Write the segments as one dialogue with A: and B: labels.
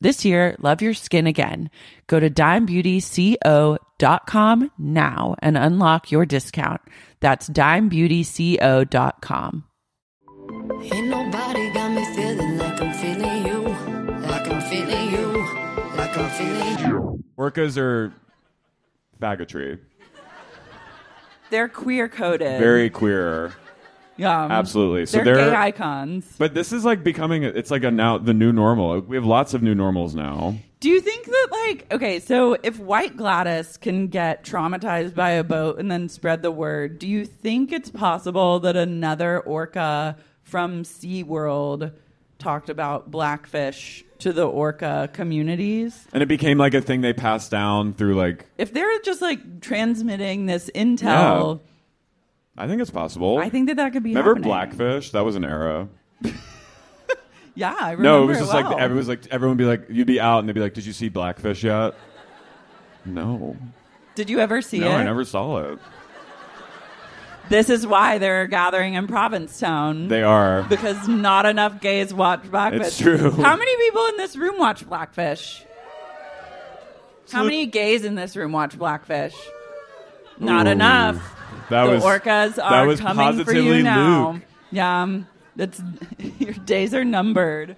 A: This year, love your skin again. Go to dimebeautyco.com now and unlock your discount. That's dimebeautyco.com.
B: Ain't nobody got me feeling like I'm feeling you, like I'm feeling you, like I'm feeling you.
C: Orcas are faggotry.
D: They're queer coded.
C: Very queer.
D: yeah,
C: Absolutely. So
D: they're,
C: they're-
D: gay icons.
C: But this is like becoming, it's like a now, the new normal. We have lots of new normals now.
D: Do you think that like okay, so if White Gladys can get traumatized by a boat and then spread the word, do you think it's possible that another orca from SeaWorld talked about blackfish to the orca communities?
C: And it became like a thing they passed down through like,
D: If they're just like transmitting this intel,
C: I think it's possible.
D: I think that that could be
C: Remember
D: happening.
C: Blackfish? That was an era.
D: Yeah, I remember.
C: No, it was just
D: well.
C: like, everyone was like, everyone would be like, you'd be out and they'd be like, did you see Blackfish yet? No.
D: Did you ever see
C: No,
D: it?
C: I never saw it.
D: This is why they're gathering in Provincetown.
C: They are.
D: because not enough gays watch Blackfish.
C: It's true.
D: How many people in this room watch Blackfish? How many gays in this room watch Blackfish? Not
C: Ooh.
D: enough.
C: That
D: the
C: was
D: orcas are
C: that was
D: coming
C: positively
D: for you now.
C: Luke.
D: Yeah, um, that's your days are numbered.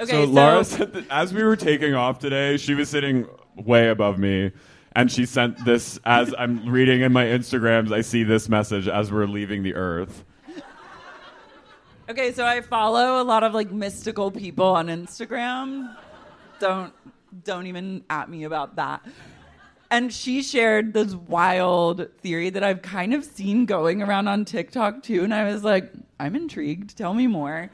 D: Okay,
C: so, Laura said that as we were taking off today, she was sitting way above me, and she sent this as I'm reading in my Instagrams. I see this message as we're leaving the Earth.
D: Okay, so I follow a lot of like mystical people on Instagram. Don't don't even at me about that. And she shared this wild theory that I've kind of seen going around on TikTok too and I was like, I'm intrigued. Tell me more.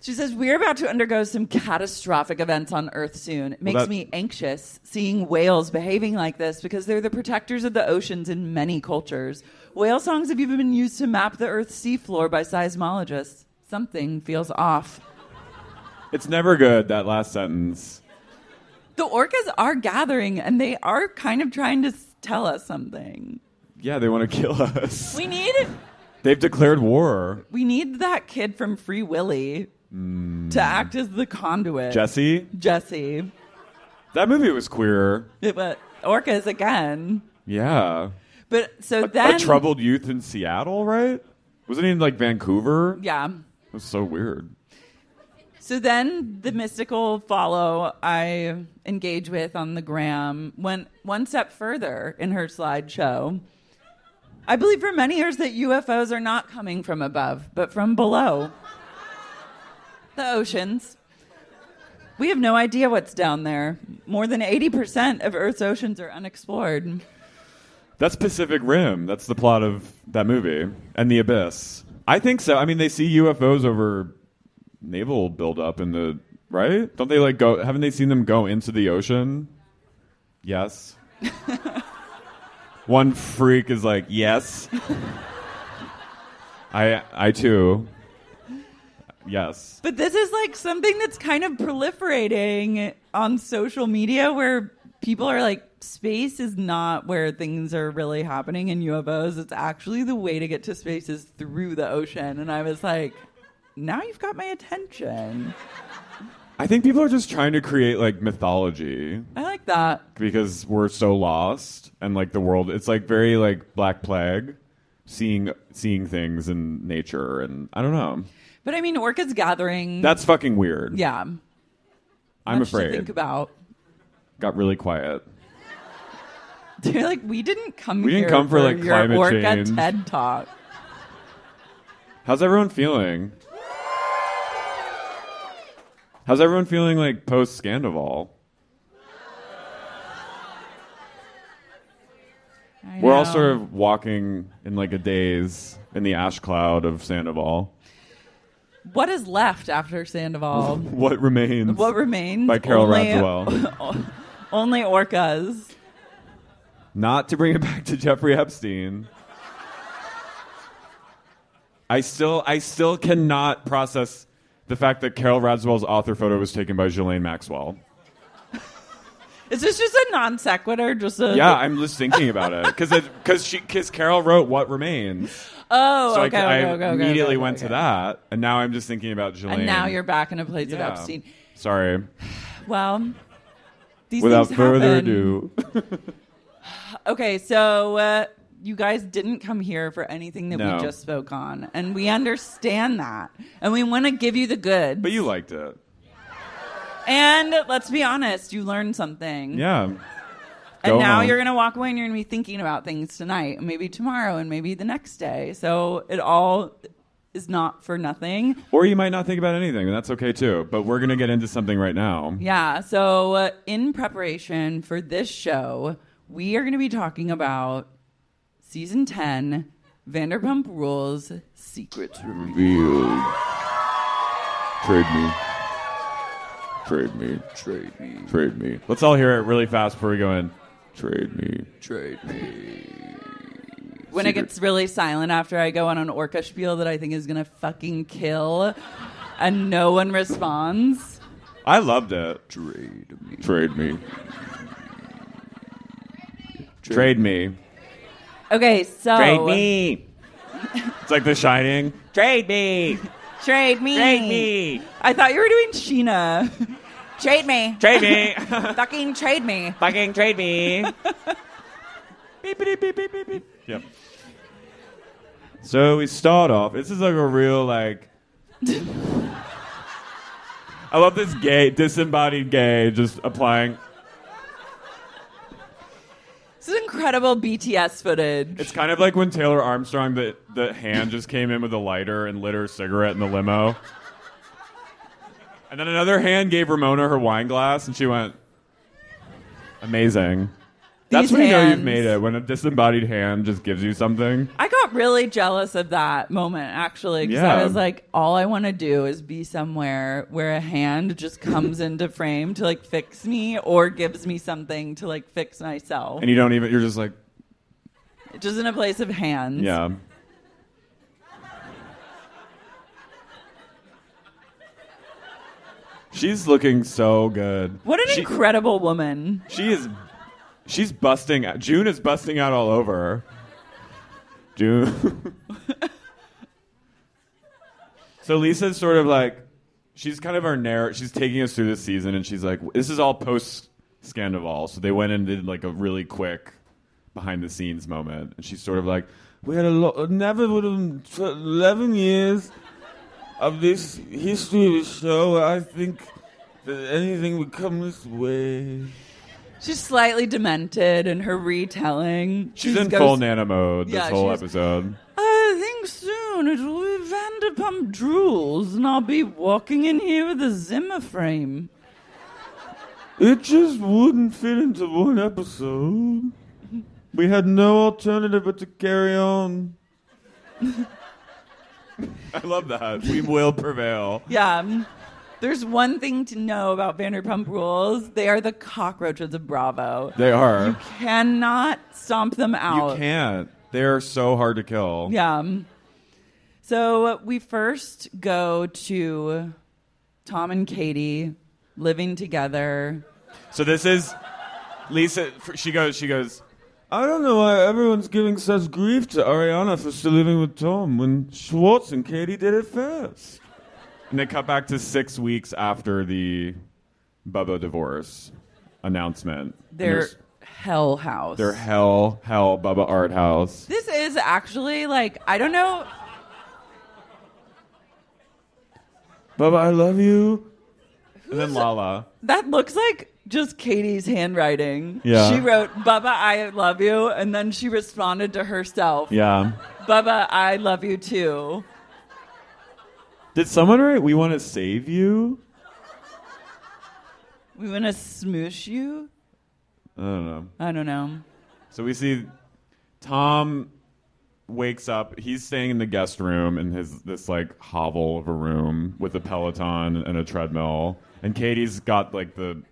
D: She says, We're about to undergo some catastrophic events on Earth soon. It makes
C: that-
D: me anxious seeing whales behaving like this because they're the protectors of the oceans in many cultures. Whale songs have even been used to map the Earth's seafloor by seismologists. Something feels off.
C: It's never good, that last sentence.
D: The orcas are gathering and they are kind of trying to s- tell us something.
C: Yeah, they want to kill us.
D: We need
C: They've declared war.
D: we need that kid from Free Willy to act as the conduit.
C: Jesse?
D: Jesse.
C: That movie was queer.
D: It wa- orcas again.
C: Yeah.
D: But so
C: A,
D: then
C: a troubled youth in Seattle, right? Wasn't he in like Vancouver?
D: Yeah.
C: It was so weird.
D: So then the mystical follow I engage with on the gram went one step further in her slideshow. I believe for many years that UFOs are not coming from above, but from below. the oceans. We have no idea what's down there. More than 80% of Earth's oceans are unexplored.
C: That's Pacific Rim. That's the plot of that movie and The Abyss. I think so. I mean, they see UFOs over naval buildup in the right. Don't they like go? Haven't they seen them go into the ocean? Yes. One freak is like, yes. I I too. Yes.
D: But this is like something that's kind of proliferating on social media where people are like, space is not where things are really happening in UFOs. It's actually the way to get to space is through the ocean. And I was like, now you've got my attention.
C: I think people are just trying to create like mythology.
D: I like that.
C: because we're so lost and like the world it's like very like black plague seeing seeing things in nature and i don't know
D: But I mean, orcas gathering.
C: that's fucking weird
D: yeah.
C: i'm
D: much to
C: afraid
D: think about.
C: got really quiet
D: They're like, we didn't come
C: We didn't
D: here
C: come for, like,
D: your
C: climate
D: orca
C: change."
D: TED talk.
C: how's everyone feeling how's everyone feeling like post scandival
D: I
C: we're all
D: know.
C: sort of walking in like a daze in the ash cloud of sandoval
D: What is left after Sandoval?
C: what remains
D: What remains?
C: by carol
D: Only-
C: rathwell
D: Only orcas.
C: not to bring it back to Jeffrey Epstein. I still I still cannot process the fact that Carol Radswell's author photo was taken by Ghislaine Maxwell.
D: Is this just a non sequitur? Just a
C: Yeah, I'm just thinking about it because because she because Carol wrote What Remains,
D: Oh,
C: so I-
D: okay,
C: I,
D: okay, okay, okay,
C: immediately
D: okay,
C: went
D: okay.
C: to that, and now I'm just thinking about Ghislaine.
D: And now you're back in a place
C: Yeah.
D: of Epstein.
C: Sorry.
D: Well, these
C: Without
D: things
C: further
D: happen.
C: ado,
D: Okay, so uh, you guys didn't come here for anything that
C: No.
D: we just spoke on, and we understand that, and we want to give you the good.
C: but you liked it,
D: and let's be honest, you learned something.
C: yeah.
D: And
C: Go
D: now
C: home.
D: you're going to walk away and you're going to be thinking about things tonight, and maybe tomorrow, and maybe the next day. So it all is not for nothing.
C: Or you might not think about anything, and that's okay too. But we're gonna get into something right now.
D: Yeah. So, uh, in preparation for this show, we are going to be talking about season 10 Vanderpump Rules Secrets Room.
C: revealed. Trade me. Trade me. Trade me. Trade me. Let's all hear it really fast before we go in. Trade me. Trade me.
D: When it gets really silent after I go on an orca spiel that I think is going to fucking kill and no one responds.
C: I loved it. Trade me. Trade me. Trade me.
D: Okay. So,
C: me. Oh. it's like The Shining. Trade me.
D: Trade me. I thought you were doing Sheena. Trade me.
C: Trade me.
D: Fucking trade me.
C: Fucking trade me. beep, beep, beep, beep, beep, beep. Yep. So we start off. This is like a real like. I love this gay, disembodied gay, just applying.
D: This is incredible BTS footage.
C: It's kind of like when Taylor Armstrong, the the hand just came in with a lighter and lit her cigarette in the limo. And then another hand gave Ramona her wine glass, and she went, "Amazing." That's
D: These
C: when you know you've
D: hands.
C: made it. When a disembodied hand just gives you something.
D: I got really jealous of that moment actually because
C: Yeah.
D: I was like, all I want to do is be somewhere where a hand just comes into frame to like fix me or gives me something to like fix myself.
C: And you don't even, you're just like,
D: just in a place of hands.
C: yeah. She's looking so good.
D: What an
C: She-
D: incredible woman.
C: She is. She's busting. out- June is busting out all over. her. June. so Lisa's sort of like, she's kind of our narrative. She's taking us through this season, and she's like, this is all post Scandival. So they went and did like a really quick behind the scenes moment, and she's sort of like, we had a lot. Never would have eleven years of this history of the show. I think that anything would come this way.
D: She's slightly demented and her retelling.
C: She's
D: she
C: in
D: goes,
C: full Nana mode this
D: Yeah,
C: whole
D: she's-
C: episode.
D: I think soon it will be Vanderpump drools and I'll be walking in here with a Zimmer frame.
C: It just wouldn't fit into one episode. We had no alternative but to carry on. I love that. We will prevail.
D: Yeah. um, There's one thing to know about Vanderpump Rules. They are the cockroaches of Bravo.
C: They are.
D: Cannot stomp them out.
C: You can't. They're so hard to kill.
D: Yeah. um, So we first go to Tom and Katie living together.
C: So this is Lisa. She goes. She goes. I don't know why everyone's giving such grief to Ariana for still living with Tom when Schwartz and Katie did it first. And they cut back to six weeks after the Bubba divorce announcement. And
D: Their
C: there's-
D: hell house.
C: their hell, hell, Bubba art house.
D: this is actually like I don't know.
C: Bubba, I love you. And then Lala.
D: That looks like just Katie's handwriting.
C: Yeah.
D: She wrote, Bubba, I love you. And then she responded to herself,
C: Yeah.
D: Bubba, I love you too.
C: Did someone write, We want to save you?
D: We want to smoosh you?
C: I don't know.
D: I don't know.
C: So we see Tom wakes up. He's staying in the guest room in his this like hovel of a room with a Peloton and a treadmill. And Katie's got like the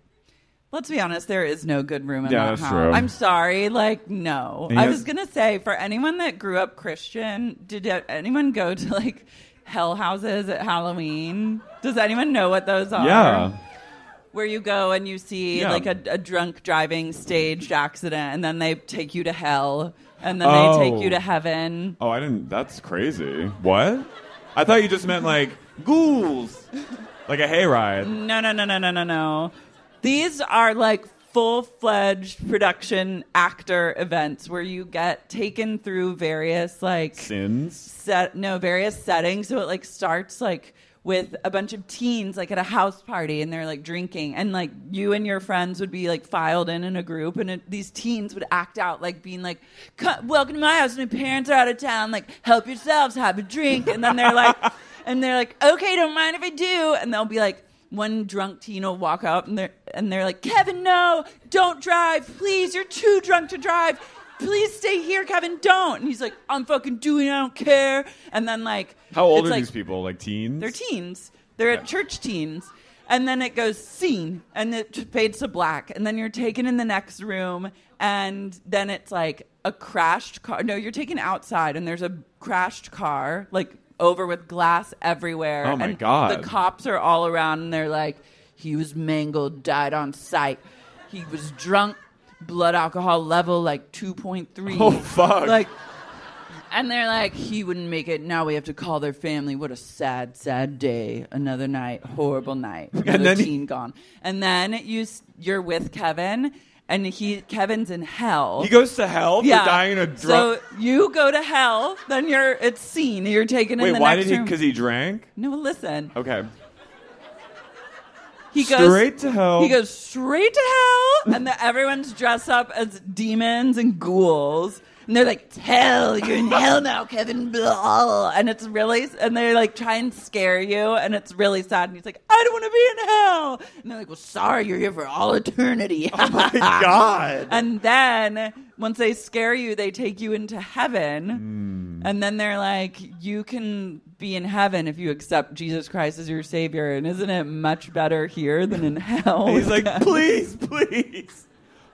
D: Let's be honest, there is no good room in
C: Yeah,
D: that
C: that's
D: house.
C: true.
D: I'm sorry, like no.
C: And
D: I
C: yet-
D: was gonna say for anyone that grew up Christian, did anyone go to like hell houses at Halloween? Does anyone know what those are?
C: yeah.
D: where you go and you see
C: Yeah.
D: like a, a drunk driving staged accident, and then they take you to hell, and then
C: Oh.
D: they take you to heaven.
C: Oh, I didn't. That's crazy. What? I thought you just meant like ghouls, like a hayride.
D: No, no, no, no, no, no, no. These are like full fledged production actor events where you get taken through various like
C: Sins.
D: set no various settings so it like starts like with a bunch of teens like at a house party and they're like drinking and like you and your friends would be like filed in in a group and it, these teens would act out like being like "Co- welcome to my house my parents are out of town like help yourselves have a drink and then they're like and they're like okay don't mind if i do and they'll be like one drunk teen will walk up and they're and they're like kevin no don't drive please you're too drunk to drive please stay here, Kevin. Don't. And he's like, I'm fucking doing. it. I don't care. And then like,
C: How old
D: it's
C: are
D: like-
C: these people? Like teens?
D: They're teens. They're at church teens. And then it goes scene, and it fades to black. And then you're taken in the next room, and then it's like a crashed car. No, you're taken outside, and there's a crashed car, like over with glass everywhere.
C: Oh my
D: and
C: God.
D: The cops are all around, and they're like, "He was mangled, died on sight. He was drunk, blood alcohol level like 2.3.
C: Oh, fuck.
D: Like and they're like, he wouldn't make it. Now we have to call their family. What a sad, sad day. Another night, horrible night. Another
C: then he-
D: teen gone. And then you s- you're with Kevin, and he Kevin's in hell.
C: He goes to hell for dying in a drunk.
D: So you go to hell. Then you're it's seen. You're taken in
C: Wait,
D: the
C: why
D: next
C: did he?
D: room.
C: Because he drank.
D: no, listen.
C: Okay.
D: He goes
C: Straight to hell.
D: He goes straight to hell, and the, everyone's dressed up as demons and ghouls. and they're like, "Hell, you're in hell now, Kevin." Blah. And it's really, and they like try and scare you, and it's really sad. And he's like, "I don't want to be in hell," and they're like, "Well, sorry, you're here for all eternity." Oh my
E: God.
D: And then once they scare you, they take you into heaven. And then they're like, you can be in heaven if you accept Jesus Christ as your savior. And isn't it much better here than in hell?
C: He's like, please, please.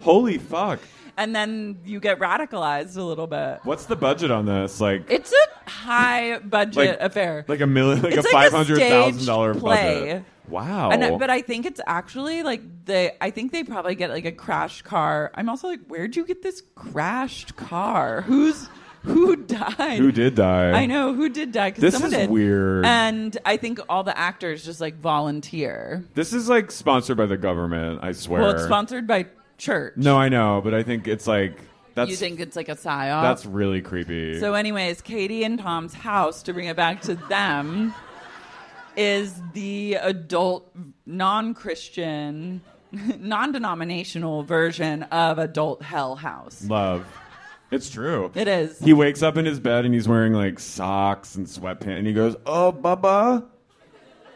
C: Holy fuck.
D: and then you get radicalized a little bit.
C: What's the budget on this? Like,
D: It's a high budget
C: Like-
D: affair.
C: like a million, like
D: It's
C: a
D: like a
C: five hundred thousand dollar
D: staged
C: budget. Oh.
D: play.
C: Wow.
D: And I- but I think it's actually like they. I think they probably get like a crashed car. I'm also like, where'd you get this crashed car? Who's who died?
C: Who did die?
D: I know who did die. 'cause
C: This
D: someone
C: is
D: did.
C: weird.
D: And I think all the actors just like volunteer.
C: This is like sponsored by the government. I swear.
D: Well, it's sponsored by church.
C: No, I know, but I think it's like that's
D: you think it's like a psyop.
C: that's really creepy.
D: So, anyways, Katie and Tom's house, to bring it back to them, is the adult, non Christian, non denominational version of adult hell house.
C: love. It's true.
D: It is.
C: He wakes up in his bed and he's wearing like socks and sweatpants, and he goes, "Oh, Bubba,"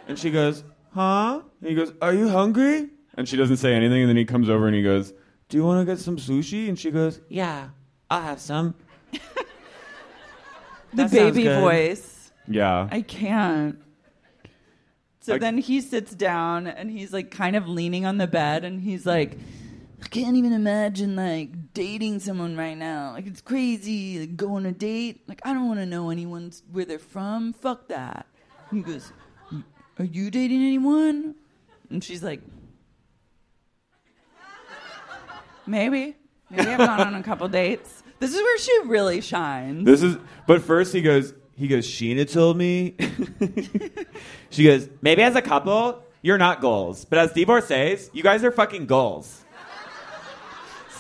C: and she goes, "Huh?" And he goes, "Are you hungry?" And she doesn't say anything, and then he comes over and he goes, "Do you want to get some sushi?" And she goes, "Yeah, I'll have some."
D: the
C: That sounds
D: baby
C: good.
D: voice.
C: Yeah,
D: I can't. So
C: I-
D: then he sits down and he's like kind of leaning on the bed and he's like, I can't even imagine like dating someone right now. Like it's crazy. Like go on a date. Like I don't want to know anyone's where they're from. Fuck that. And he goes, Are you dating anyone? And she's like, Maybe. Maybe I've gone on a couple dates. This is where she really shines.
C: This is, but first he goes, he goes, Sheena told me. she goes, maybe as a couple, you're not goals, but as divorcees, you guys are fucking goals.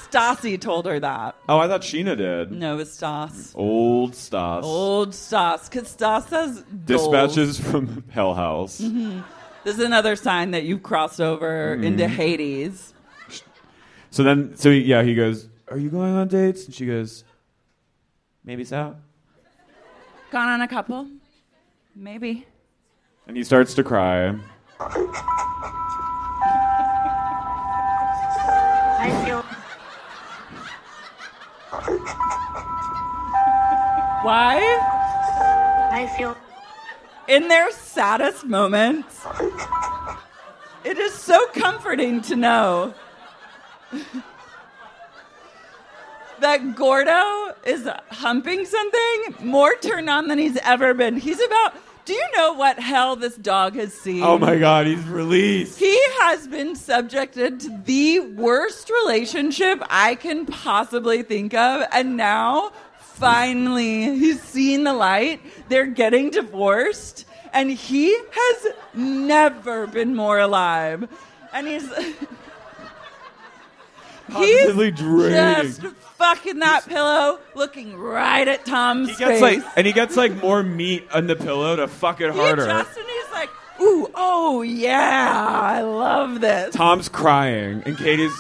D: Stassi told her that.
C: Oh, I thought Sheena did.
D: No, it's Stas.
C: Old Stas.
D: Old Stas. Because Stas says goals.
C: Dispatches from Hell House.
D: This is another sign that you've crossed over
C: Mm-hmm.
D: into Hades.
C: So then, so he, yeah, he goes, are you going on dates? And she goes, maybe so.
D: Gone on a couple? Maybe.
C: And he starts to cry.
D: Why?
F: I feel
D: In their saddest moments, it is so comforting to know that Gordo is humping something more turned on than he's ever been. He's about. Do you know what hell this dog has seen?
C: Oh my God, he's released.
D: He has been subjected to the worst relationship I can possibly think of. And now, finally, he's seen the light. They're getting divorced. And he has never been more alive. And he's.
C: Positively draining.
D: just fucking that pillow, looking right at Tom's
C: He gets
D: face.
C: like, and he gets like more meat on the pillow to fuck it
D: he
C: harder.
D: adjusts and he's like, ooh, oh yeah, I love this.
C: Tom's crying, and Katie's.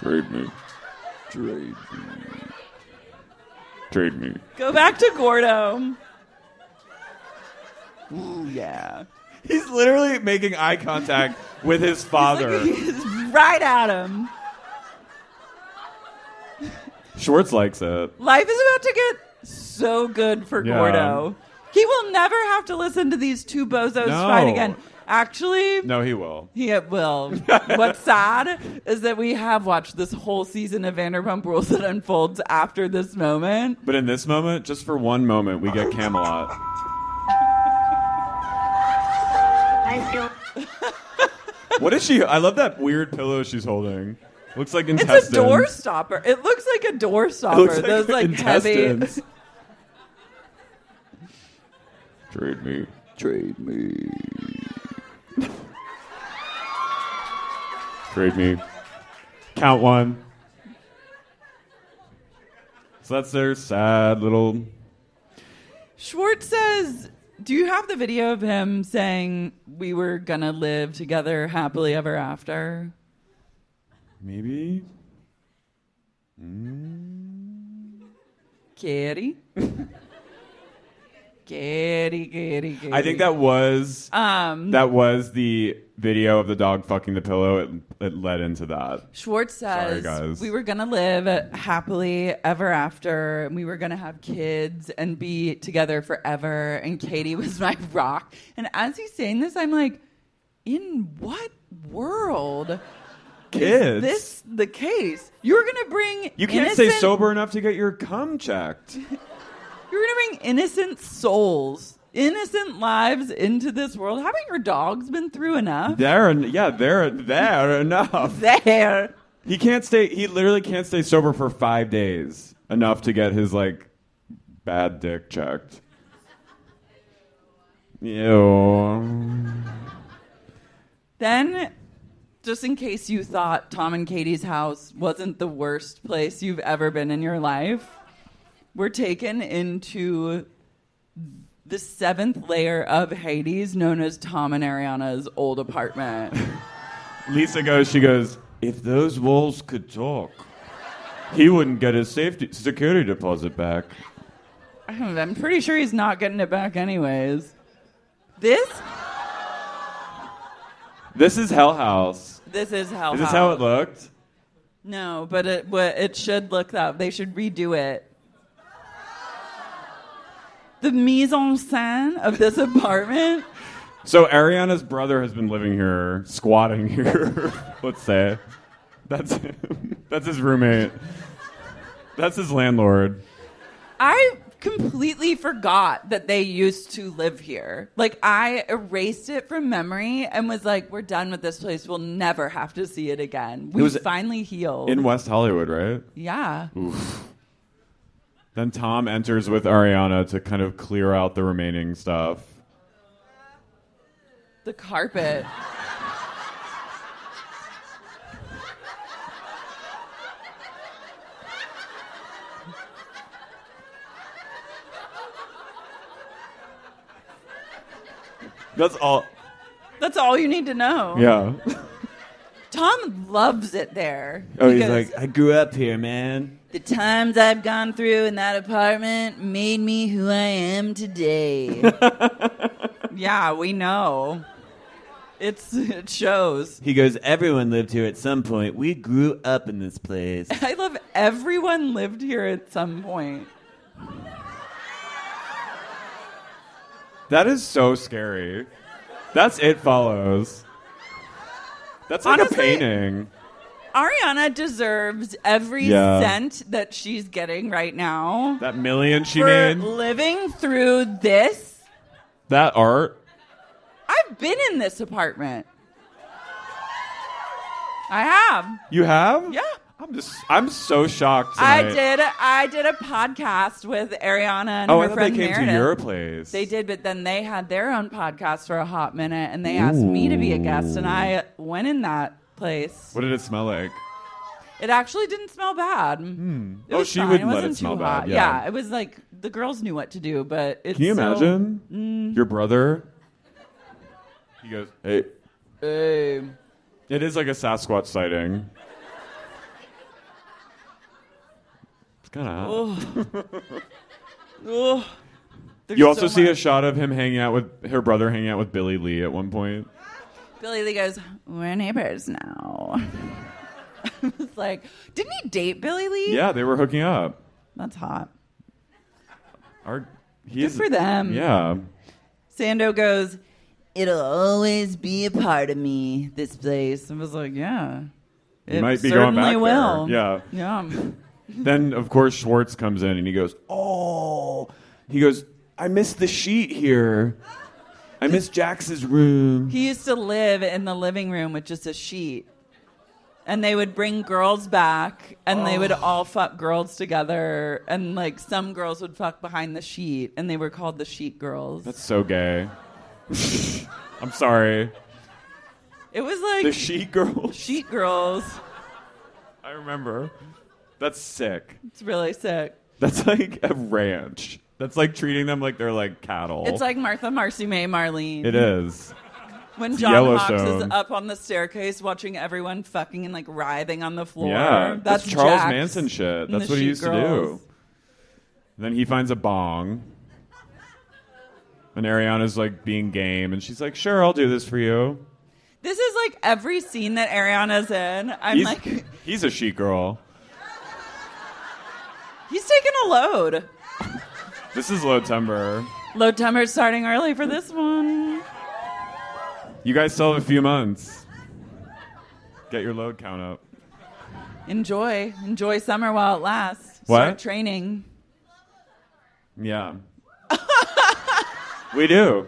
C: Trade me. Trade me. Trade me.
D: Go back to Gordo. Ooh, yeah.
C: He's literally making eye contact with his father.
D: He's right at him.
C: Schwartz likes it.
D: Life is about to get so good for
C: Yeah.
D: Gordo. He will never have to listen to these two bozos
C: No.
D: fight again. Actually,
C: No, he will.
D: he will. What's sad is that we have watched this whole season of Vanderpump Rules that unfolds after this moment.
C: But in this moment, just for one moment, we get Camelot.
F: I feel
C: What is she? I love that weird pillow she's holding. Looks like
D: It's
C: intestines.
D: a door stopper. It looks like a door
C: It
D: stopper.
C: looks like
D: Those like heavy.
C: intestines. Trade me. Trade me. Trade me. Count one. So that's their sad little.
D: Schwartz says, Do you have the video of him saying we were gonna live together happily ever after?
C: Maybe.
D: Kitty. kitty, kitty, kitty.
C: I think that was
D: Um,
C: that was the video of the dog fucking the pillow. It, it led into that.
D: Schwartz
C: Sorry,
D: says
C: guys.
D: we were gonna live happily ever after, and we were gonna have kids and be together forever. And Katie was my rock. And as he's saying this, I'm like, in what world
C: Kids.
D: is this the case? You're gonna bring
C: you can't
D: innocent,
C: stay sober enough to get your cum checked.
D: You're gonna bring innocent souls, innocent lives into this world. Haven't your dogs been through enough?
C: There and yeah, there there enough.
D: There.
C: He can't stay. He literally can't stay sober for five days enough to get his like bad dick checked. Ew.
D: Then, just in case you thought Tom and Katie's house wasn't the worst place you've ever been in your life, we're taken into the seventh layer of Hades, known as Tom and Ariana's old apartment.
C: Lisa goes. She goes. If those walls could talk, he wouldn't get his safety security deposit back.
D: I'm pretty sure he's not getting it back, anyways. This,
C: This is Hell House.
D: this is how.
C: Is this how it looked?
D: No, but it, but it should look that. They should redo it. The mise en scène of this apartment
C: So Ariana's brother has been living here, squatting here. let's say, that's him. that's his roommate. That's his landlord.
D: I completely forgot that they used to live here. Like I erased it from memory and was like, "We're done with this place. We'll never have to see it again." We
C: was-
D: finally healed.
C: in West Hollywood, right?
D: yeah,
C: Then Tom enters with Ariana to kind of clear out the remaining stuff.
D: the carpet.
C: That's all.
D: That's all you need to know.
C: Yeah.
D: Tom loves it there.
C: Oh,
D: He
C: he's
D: goes,
C: like, I grew up here, man.
D: the times I've gone through in that apartment made me who I am today. yeah, we know. It's it shows.
C: He goes, Everyone lived here at some point. We grew up in this place.
D: I love everyone lived here at some point.
C: That is so scary. That's It Follows. That's like
D: Honestly-
C: a painting.
D: Ariana deserves every
C: Yeah.
D: cent that she's getting right now
C: That million she
D: for
C: made.
D: living through this.
C: That art.
D: I've been in this apartment. I have.
C: You have?
D: Yeah.
C: I'm just, I'm so shocked.
D: I
C: tonight.
D: did. I did a podcast with Ariana and
C: Oh,
D: her
C: I thought they
D: friend
C: came
D: Meredith.
C: to your place.
D: They did, but then they had their own podcast for a hot minute, and they asked me to be a guest, and I went in that place.
C: What did it smell like?
D: It actually didn't smell bad. It
C: Oh,
D: was
C: she
D: fine.
C: wouldn't
D: it
C: let
D: wasn't
C: it smell
D: too
C: bad,
D: Hot.
C: yeah.
D: it was like the girls knew what to do, but it's
C: Can you
D: so- mm.
C: imagine your brother? He goes, "Hey."
D: Hey.
C: It is like a Sasquatch sighting. It's kind of hot.
D: Ugh. There's
C: You also
D: so
C: see a
D: much.
C: shot of him hanging out with her brother, hanging out with Billy Lee at one point.
D: Billy Lee goes, "We're neighbors now." I was like, "Didn't he date Billy Lee?"
C: Yeah, they were hooking up.
D: that's hot.
C: Our, he's,
D: for them.
C: Yeah.
D: Sando goes, "It'll always be a part of me. This place." I was like, "Yeah."
C: You
D: it
C: might be going
D: certainly
C: back
D: will.
C: there. Yeah.
D: Yeah.
C: Then, of course, Schwartz comes in and he goes, Oh. He goes, I miss the sheet here. I miss Jax's room.
D: He used to live in the living room with just a sheet. And they would bring girls back and they would
C: Oh.
D: all fuck girls together. And like some girls would fuck behind the sheet and they were called the sheet girls.
C: That's so gay. I'm sorry.
D: It was like
C: The sheet girl.
D: sheet girls.
C: I remember. That's sick.
D: It's really sick.
C: That's like a ranch. That's like treating them like they're like cattle.
D: It's like Martha, Marcy, May, Marlene.
C: it is.
D: when John Hawks is
C: Yellowstone.
D: up on the staircase watching everyone fucking and like writhing on the floor.
C: Yeah,
D: that's
C: that's Charles
D: Jax
C: Manson shit.
D: and
C: That's
D: the
C: what he
D: Shoe
C: used
D: Girls.
C: to do. Then he finds a bong. And Ariana's like being game, and she's like, "Sure, I'll do this for you."
D: This is like every scene that Ariana's in. I'm
C: He's,
D: like,
C: he's a she girl.
D: he's taking a load.
C: This is low timber.
D: Load timer's starting early for this one.
C: You guys still have a few months. Get your load count up.
D: Enjoy, enjoy summer while it lasts.
C: What?
D: Start training.
C: Yeah. we do.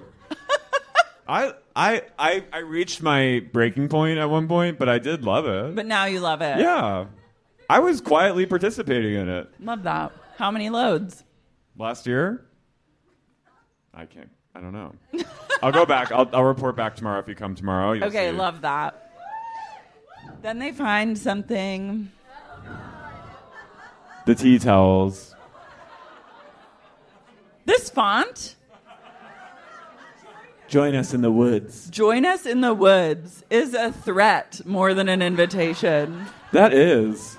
C: I I I I reached my breaking point at one point, but I did love it.
D: But now you love it.
C: yeah. I was quietly participating in it
D: Love that. How many loads?
C: last year. I can't. I don't know. I'll go back. I'll, I'll report back tomorrow if you come tomorrow. You'll
D: Okay,
C: see.
D: love that. Then they find something.
C: the tea towels.
D: This font,
C: Join us in the woods.
D: join us in the woods, is a threat more than an invitation.
C: That is.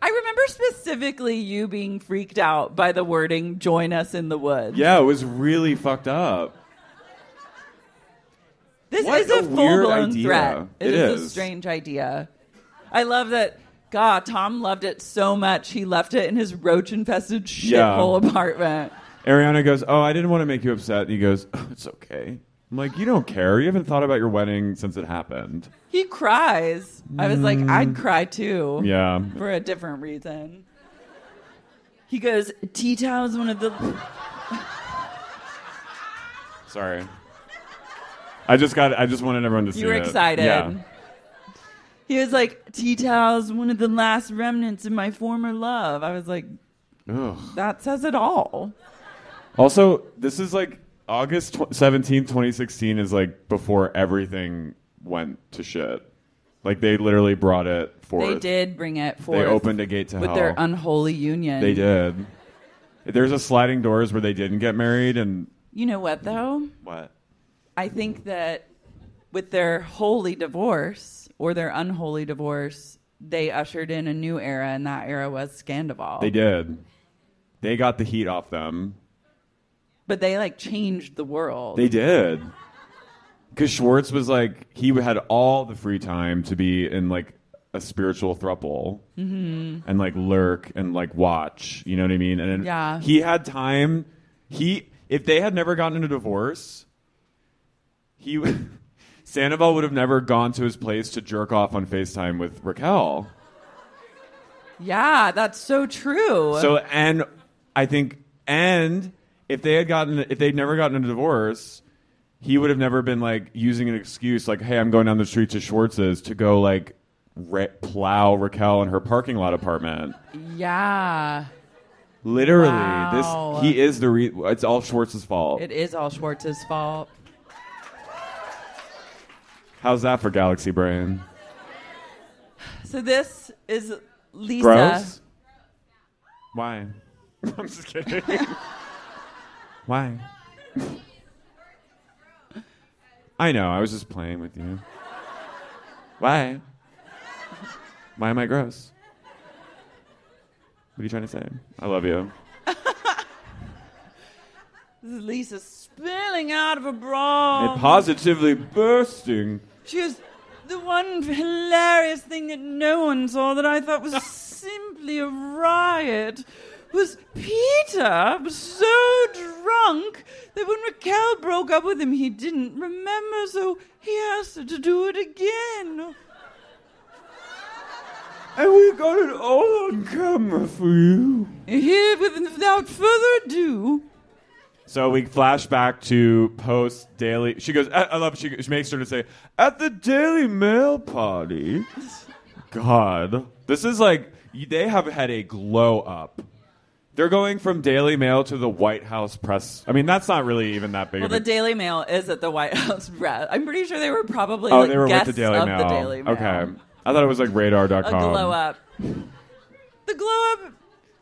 D: I remember specifically you being freaked out by the wording join us in the woods.
C: Yeah, it was really fucked up.
D: This
C: What
D: is a,
C: a
D: full
C: weird
D: blown
C: idea.
D: threat.
C: It
D: is, a
C: is.
D: strange idea. I love that. God, Tom loved it so much. He left it in his roach infested
C: Yeah.
D: shithole apartment.
C: Ariana goes, Oh, I didn't want to make you upset. And he goes, oh, It's okay. I'm like, You don't care. You haven't thought about your wedding since it happened.
D: He cries. I was like, I'd cry too.
C: Mm. Yeah.
D: For a different reason. He goes, Tea towel's one of the.
C: Sorry. I just got, I just wanted everyone to see
D: You were
C: it.
D: excited.
C: Yeah.
D: He was like, Tea towel's one of the last remnants of my former love. I was like,
C: Ugh.
D: that says it all.
C: Also, this is like August tw- 17, 2016 is like before everything went to shit. Like they literally brought it forth.
D: They did bring it
C: They
D: forth.
C: opened a gate to
D: with
C: hell.
D: their unholy union.
C: they did. There's a sliding doors where they didn't get married and
D: You know what though?
C: what?
D: I think that with their holy divorce or their unholy divorce, they ushered in a new era, and that era was Scandival.
C: They did. They got the heat off them.
D: but they like changed the world.
C: They did. Because Schwartz was like, he had all the free time to be in like a spiritual thruple and like lurk and like watch. You know what I mean? And then
D: Yeah.
C: he had time. He, if they had never gotten into divorce, he, would- Sandoval would have never gone to his place to jerk off on FaceTime with Raquel.
D: yeah, that's so true.
C: So and I think and if they had gotten if they'd never gotten a divorce, he would have never been like using an excuse like, "Hey, I'm going down the street to Schwartz's to go like ra- plow Raquel in her parking lot apartment."
D: yeah,
C: Literally,
D: Wow.
C: this he is the re- it's all Schwartz's fault.
D: it is all Schwartz's fault.
C: How's that for Galaxy Brain?
D: So this is Lisa.
C: Gross. Why? I'm just kidding. Why? I know. I was just playing with you. Why? Why am I gross? What are you trying to say? I love you.
D: This is Lisa spilling out of a bra.
C: And positively bursting.
D: She was the one hilarious thing that no one saw that I thought was simply a riot was Peter was so drunk that when Raquel broke up with him, he didn't remember, so he asked her to do it again.
C: And we got it all on camera for you.
D: Here, with- without further ado,
C: So we flash back to post daily. She goes, I, I love. She, she makes sure to say at the Daily Mail party. God, this is like you- they have had a glow up. They're going from Daily Mail to the White House press. I mean, that's not really even that big.
D: well,
C: of
D: the
C: a,
D: Daily Mail is at the White House. I'm pretty sure they were probably
C: oh,
D: like
C: they were with
D: guests
C: the Daily
D: of
C: Mail.
D: the Daily Mail.
C: Um, Okay, I thought it was like Radar.com.
D: a glow up. The glow up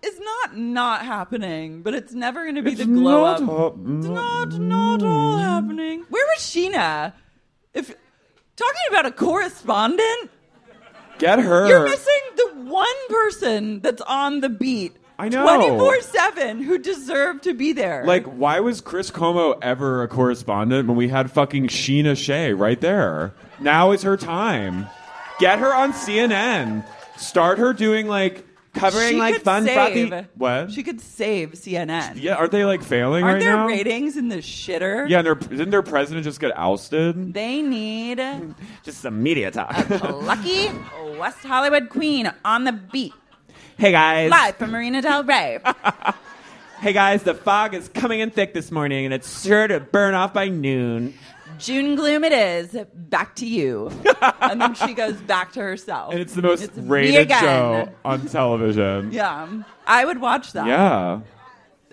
D: it's not not happening, but it's never going to be
C: It's
D: the glow
C: not Mm.
D: up.
C: hap-
D: it's not not all happening. Where was Sheena? If talking about a correspondent,
C: Get her.
D: you're missing the one person that's on the beat.
C: I know.
D: 24 7 who deserved to be there.
C: Like, why was Chris Como ever a correspondent when we had fucking Sheena Shea right there? Now is her time. Get her on CNN. Start her doing like covering
D: she
C: like
D: could
C: fun
D: save.
C: frothy. What?
D: She could save CNN.
C: yeah, aren't they like failing
D: Aren't
C: right
D: their
C: now?
D: ratings in the shitter?
C: Yeah, and their, didn't their president just get ousted?
D: They need
C: Mm.
D: a
C: Just some media talk.
D: lucky West Hollywood queen on the beat.
C: hey guys,
D: Live from Marina Del Rey.
C: hey guys, the fog is coming in thick this morning, and it's sure to burn off by noon.
D: June gloom it is. Back to you. and then she goes back to herself.
C: And it's the most
D: It's me
C: rated
D: again.
C: show on television.
D: Yeah. I would watch that.
C: Yeah.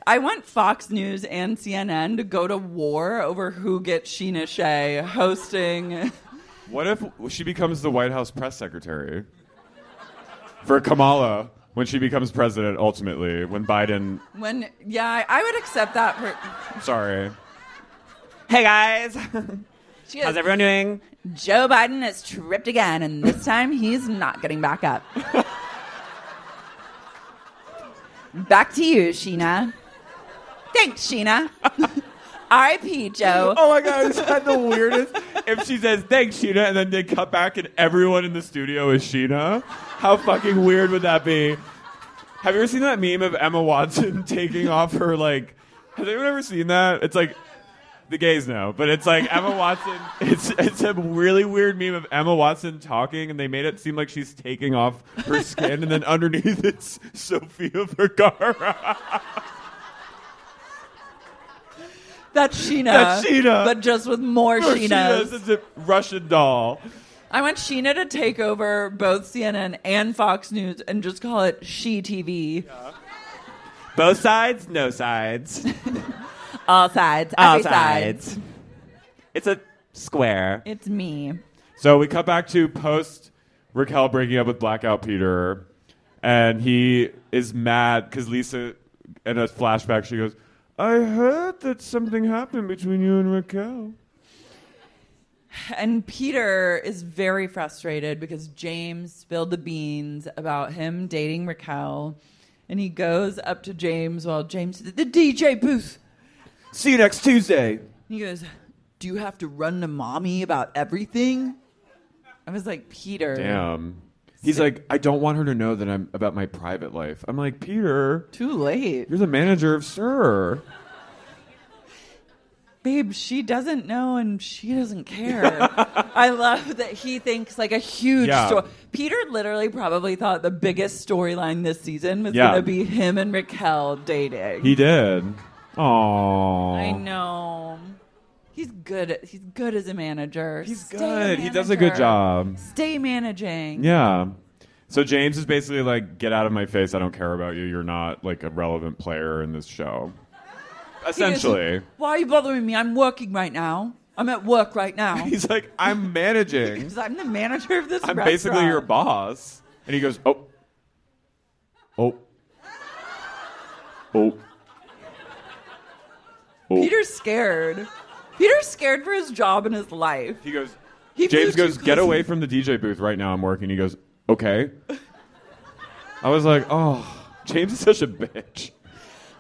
D: I want Fox News and CNN to go to war over who gets Sheena Shea hosting.
C: What if she becomes the White House press secretary for Kamala when she becomes president ultimately? When Biden,
D: When, yeah, I- I would accept that. For,
C: sorry. Hey guys,
D: she goes,
C: doing?
D: Joe Biden is tripped again, and this time he's not getting back up. back to you, Sheena. Thanks, Sheena. R.I.P. Joe.
C: Oh my god, is that the weirdest? if she says thanks, Sheena, and then they cut back and everyone in the studio is Sheena, how fucking weird would that be? Have you ever seen that meme of Emma Watson taking off her like? Has anyone ever seen that? It's like the gays know, but it's like Emma Watson. It's it's a really weird meme of Emma Watson talking, and they made it seem like she's taking off her skin, and then underneath it's Sofia Vergara.
D: That's Sheena.
C: That's Sheena.
D: But just with more Sheenas.
C: Sheena is a Russian doll.
D: I want Sheena to take over both CNN and Fox News and just call it She TV.
C: Both sides, no sides.
D: All sides. every side.
C: It's a square.
D: It's me.
C: So we cut back to post Raquel breaking up with Blackout Peter, and he is mad because Lisa, in a flashback, she goes, "I heard that something happened between you and Raquel."
D: And Peter is very frustrated because James spilled the beans about him dating Raquel. And he goes up to James while James is at the DJ booth.
C: See you next Tuesday.
D: He goes, Do you have to run to mommy about everything? I was like, Peter.
C: Damn. He's like, I don't want her to know that I'm about my private life. I'm like, Peter,
D: Too late.
C: you're the manager of Sir.
D: babe, she doesn't know and she doesn't care. I love that he thinks like a huge
C: Yeah.
D: story. Peter literally probably thought the biggest storyline this season was
C: Yeah.
D: going to be him and Raquel dating.
C: He did. Aww.
D: I know. He's good. He's good as a manager.
C: He's
D: Stay a
C: good. He does a good
D: manager.
C: job.
D: Stay managing.
C: Yeah. So James is basically like, get out of my face. I don't care about you. You're not like a relevant player in this show.
D: He goes,
C: Essentially.
D: Why are you bothering me? I'm working right now. I'm at work right now.
C: He's like, I'm managing.
D: Because I'm the manager of this
C: I'm basically your
D: restaurant.
C: boss. And he goes, oh. Oh. Oh. Oh.
D: Peter's scared. Peter's scared for his job and his life.
C: He goes,
D: He
C: James
D: flew too
C: goes, get
D: close.
C: away from the DJ booth right now. I'm working. He goes, okay. I was like, oh, James is such a bitch.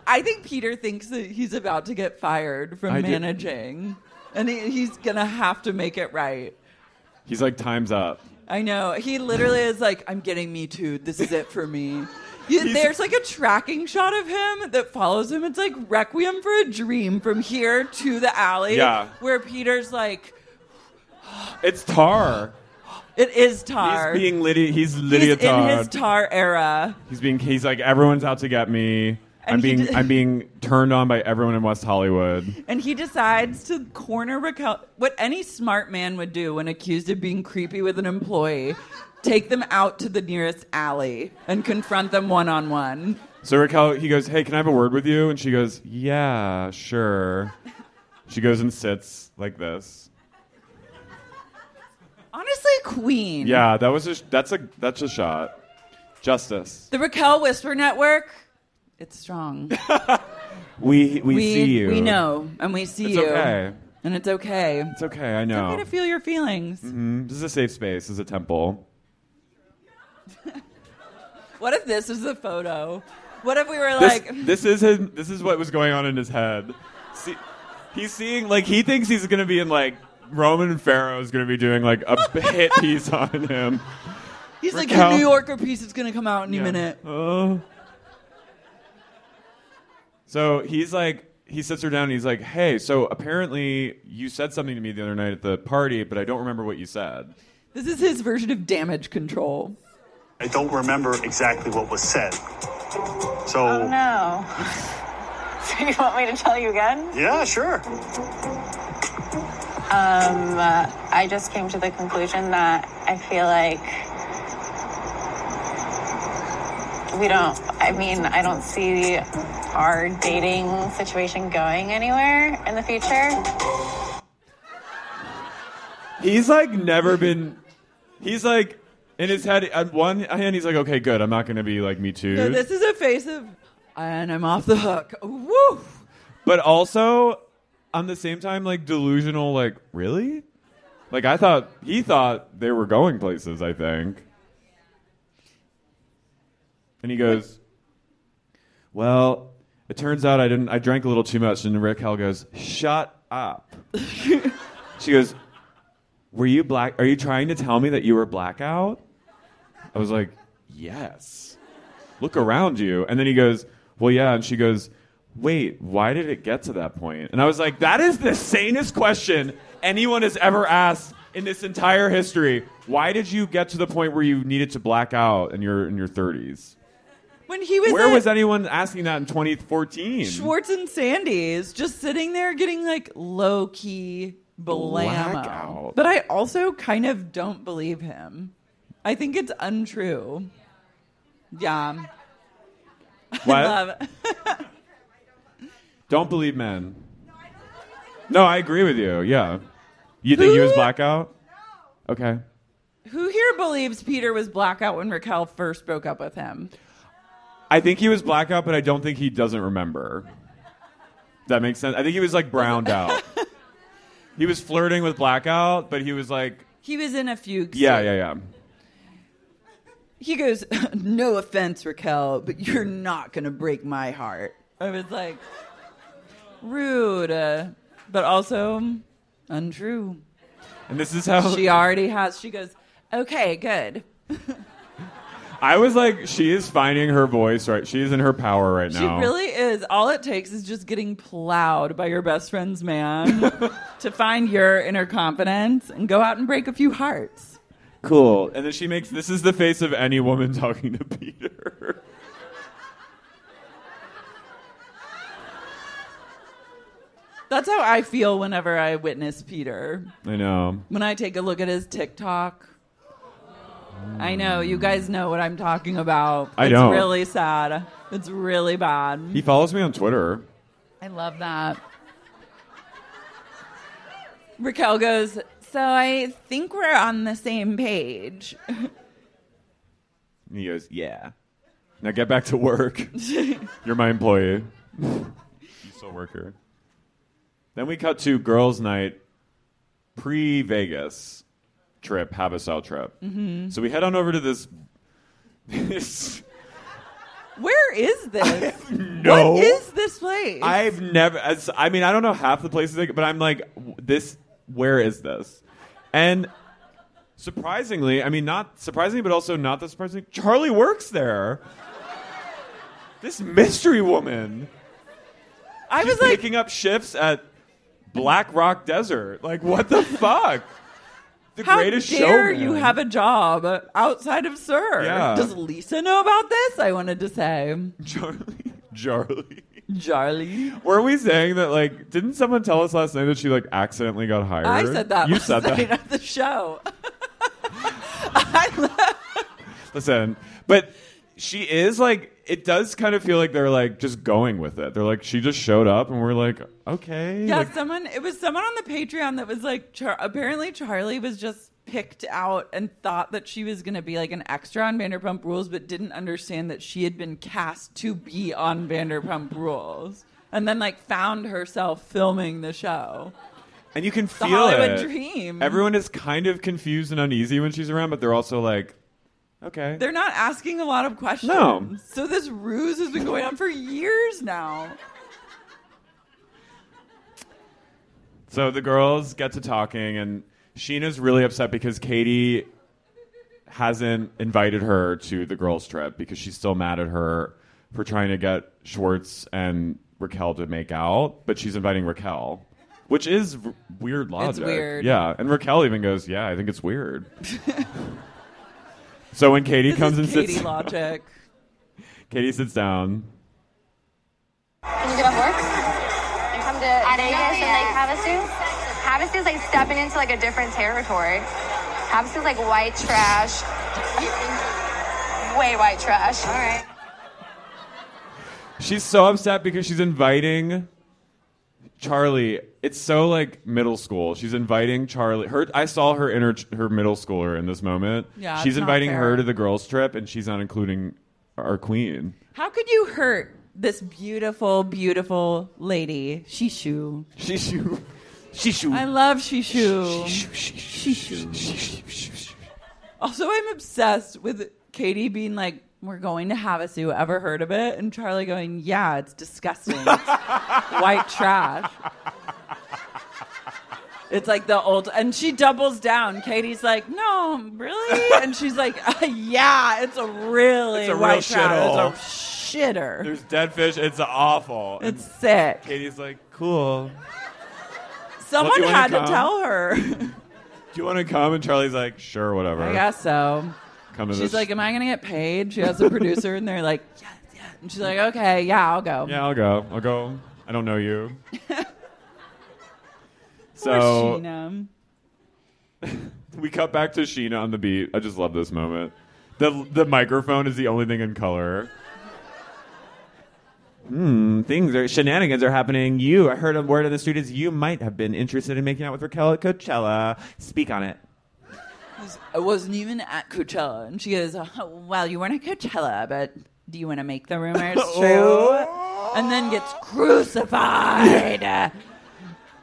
D: I think Peter thinks that he's about to get fired from
C: I do-
D: managing, and he, he's gonna have to make it right.
C: He's like, time's up.
D: I know. He literally is like, "I'm getting me too. This is it for me." You- There's like a tracking shot of him that follows him. It's like Requiem for a Dream from here to the alley,
C: Yeah.
D: where Peter's like,
C: It's tar.
D: "It is tar."
C: He's being Lydia. He's
D: He's
C: Lydia
D: in his
C: Todd.
D: tar era.
C: he's being. He's like everyone's out to get me. I'm
D: he
C: being.
D: did-
C: I'm being turned on by everyone in West Hollywood.
D: And he decides to corner Raquel. What any smart man would do when accused of being creepy with an employee, take them out to the nearest alley and confront them one on one.
C: So Raquel, he goes, "Hey, can I have a word with you?" And she goes, "Yeah, sure." She goes and sits like this.
D: Honestly, queen.
C: Yeah, that was a. That's a. That's a shot. Justice.
D: The Raquel Whisper Network, It's strong.
C: We, we see you.
D: We know, and we see
C: It's
D: you.
C: okay.
D: And it's okay.
C: It's okay. I
D: It's
C: know.
D: okay to feel your feelings.
C: Mm, This is a safe space. This is a temple.
D: What if this is the photo? What if we were
C: This,
D: like,
C: this is his, this is what was going on in his head. See, he's seeing like he thinks he's gonna be in like Roman Pharaoh is gonna be doing like a hit piece on him.
D: he's like,
C: Raquel-
D: the New Yorker piece is going to come out any
C: Yeah.
D: minute.
C: Oh. So he's like, he sits her down and he's like, hey, so apparently you said something to me the other night at the party, but I don't remember what you said.
D: This is his version of damage control.
E: I don't remember exactly what was said. So,
F: Oh, No. So you want me to tell you again?
E: yeah, sure.
F: Um, uh, I just came to the conclusion that I feel like we don't. I mean, I don't see our dating situation going anywhere in the future.
C: He's like never been. He's like in his head. On one hand, he's like, okay, good. I'm not gonna be like me too.
D: So this is a face of, and I'm off the hook. Woo!
C: but also, on the same time, like delusional. Like really? Like I thought he thought they were going places. I think. And he goes, well, it turns out I didn't. I drank a little too much. And Rick Hell goes, shut up. she goes, were you black? Are you trying to tell me that you were blackout? I was like, yes. Look around you. And then he goes, well, yeah. And she goes, wait, why did it get to that point? And I was like, that is the sanest question anyone has ever asked in this entire history. Why did you get to the point where you needed to black out in your in your 30s?
D: When he was
C: Where
D: at
C: was anyone asking that in 2014?
D: Schwartz and Sandy's just sitting there getting like low key blammo.
C: Blackout.
D: But I also kind of don't believe him. I think it's untrue. Yeah.
C: What?
D: Love.
C: Don't believe men. No, I agree with you. Yeah. You think he was blackout? No. Okay.
D: Who here believes Peter was blackout when Raquel first broke up with him?
C: I think he was blackout, but I don't think he doesn't remember. That makes sense. I think he was like browned out. he was flirting with blackout, but he was like,
D: He was in a fugue.
C: yeah,
D: state.
C: yeah, yeah.
D: He goes, No offense, Raquel, but you're not going to break my heart. I was like, rude, uh, but also untrue.
C: And this is how
D: She already has. She goes, okay, good.
C: I was like, she is finding her voice right. She is in her power right
D: She
C: now.
D: really is. All it takes is just getting plowed by your best friend's man to find your inner confidence and go out and break a few hearts.
C: cool. And then she makes this is the face of any woman talking to Peter.
D: That's how I feel whenever I witness Peter.
C: I know.
D: When I take a look at his TikTok, I know you guys know what I'm talking about.
C: I
D: it's
C: don't.
D: really sad. It's really bad.
C: He follows me on Twitter.
D: I love that. Raquel goes, So I think we're on the same page.
C: And he goes, Yeah. Now get back to work. You're my employee. you still work here. Then we cut to girls' night pre Vegas trip, Havasaw trip.
D: Mm-hmm.
C: So we head on over to this. this
D: Where is this?
C: no.
D: What is this place?
C: I've never. As, I mean, I don't know half the places, like, but I'm like, w- this. Where is this? And surprisingly, I mean, not surprisingly, but also not that surprising. Charlie works there. This mystery woman.
D: I
C: She's
D: was like,
C: picking up shifts at Black Rock Desert. Like, what the fuck? The
D: How dare
C: greatest
D: you
C: showman.
D: have a job outside of Sir?
C: Yeah.
D: Does Lisa know about this? I wanted to say.
C: Charlie. Charlie.
D: Jarly.
C: Were we saying that like didn't someone tell us last night that she like accidentally got hired?
D: I said that
C: You
D: last
C: said that.
D: night at the show.
C: Listen, but she is like it does kind of feel like they're like just going with it. They're like she just showed up and we're like okay.
D: Yeah,
C: like,
D: someone. It was someone on the Patreon that was like, Char- apparently Charlie was just picked out and thought that she was going to be like an extra on Vanderpump Rules, but didn't understand that she had been cast to be on Vanderpump Rules, and then like found herself filming the show.
C: And you can
D: the
C: feel
D: Hollywood
C: it.
D: dream.
C: Everyone is kind of confused and uneasy when she's around, but they're also like, okay.
D: They're not asking a lot of questions.
C: No.
D: So this ruse has been going on for years now.
C: So the girls get to talking, and Sheena's really upset because Katie hasn't invited her to the girls' trip because she's still mad at her for trying to get Schwartz and Raquel to make out, but she's inviting Raquel, which is r- weird logic.
D: weird.
C: Yeah, and Raquel even goes, "Yeah, I think it's weird." so when Katie
D: This
C: comes
D: is
C: and
D: Katie
C: sits,
D: logic.
C: Katie sits down.
B: You get off work? And come to Vegas and like Havasu? Havasu's like stepping into like a different territory. Havasu's like white trash. Way white trash. All right.
C: She's so upset because she's inviting Charlie. It's so like middle school. She's inviting Charlie. Her, I saw her inner her middle schooler in this moment.
D: Yeah, it's
C: she's
D: not
C: inviting
D: fair.
C: her to the girls' trip, and she's not including our queen.
D: How could you hurt this beautiful, beautiful lady? Shishu.
C: Shishu. Shishu.
D: I love Shishu. Shishu. Shishu. Also, I'm obsessed with Katie being like, we're going to Havasu. Ever heard of it? And Charlie going, yeah, it's disgusting. It's white trash. It's like the old, and she doubles down. Katie's like, "No, really?" And she's like, uh, "Yeah, it's a really
C: It's a real
D: white trash.
C: shithole."
D: It's a shitter.
C: There's dead fish. It's awful. And
D: It's sick.
C: Katie's like, cool.
D: Someone
C: you wanna
D: had to
C: come?
D: tell her.
C: Do you want to come? And Charlie's like, sure, whatever.
D: I guess so.
C: Come to
D: She's
C: this-
D: like, "Am I going to get paid?" She has a producer, and they're like, "Yeah, yeah." And she's like, "Okay, yeah, I'll go."
C: Yeah, I'll go. I'll go. I don't know you.
D: Poor
C: so
D: Sheena.
C: we cut back to Sheena on the beat. I just love this moment. The the microphone is the only thing in color. Hmm, things are shenanigans are happening. You, I heard a word on the street is you might have been interested in making out with Raquel at Coachella. Speak on it.
D: I wasn't even at Coachella, and she goes, oh, "Well, you weren't at Coachella, but do you want to make the rumors true?" And then gets crucified.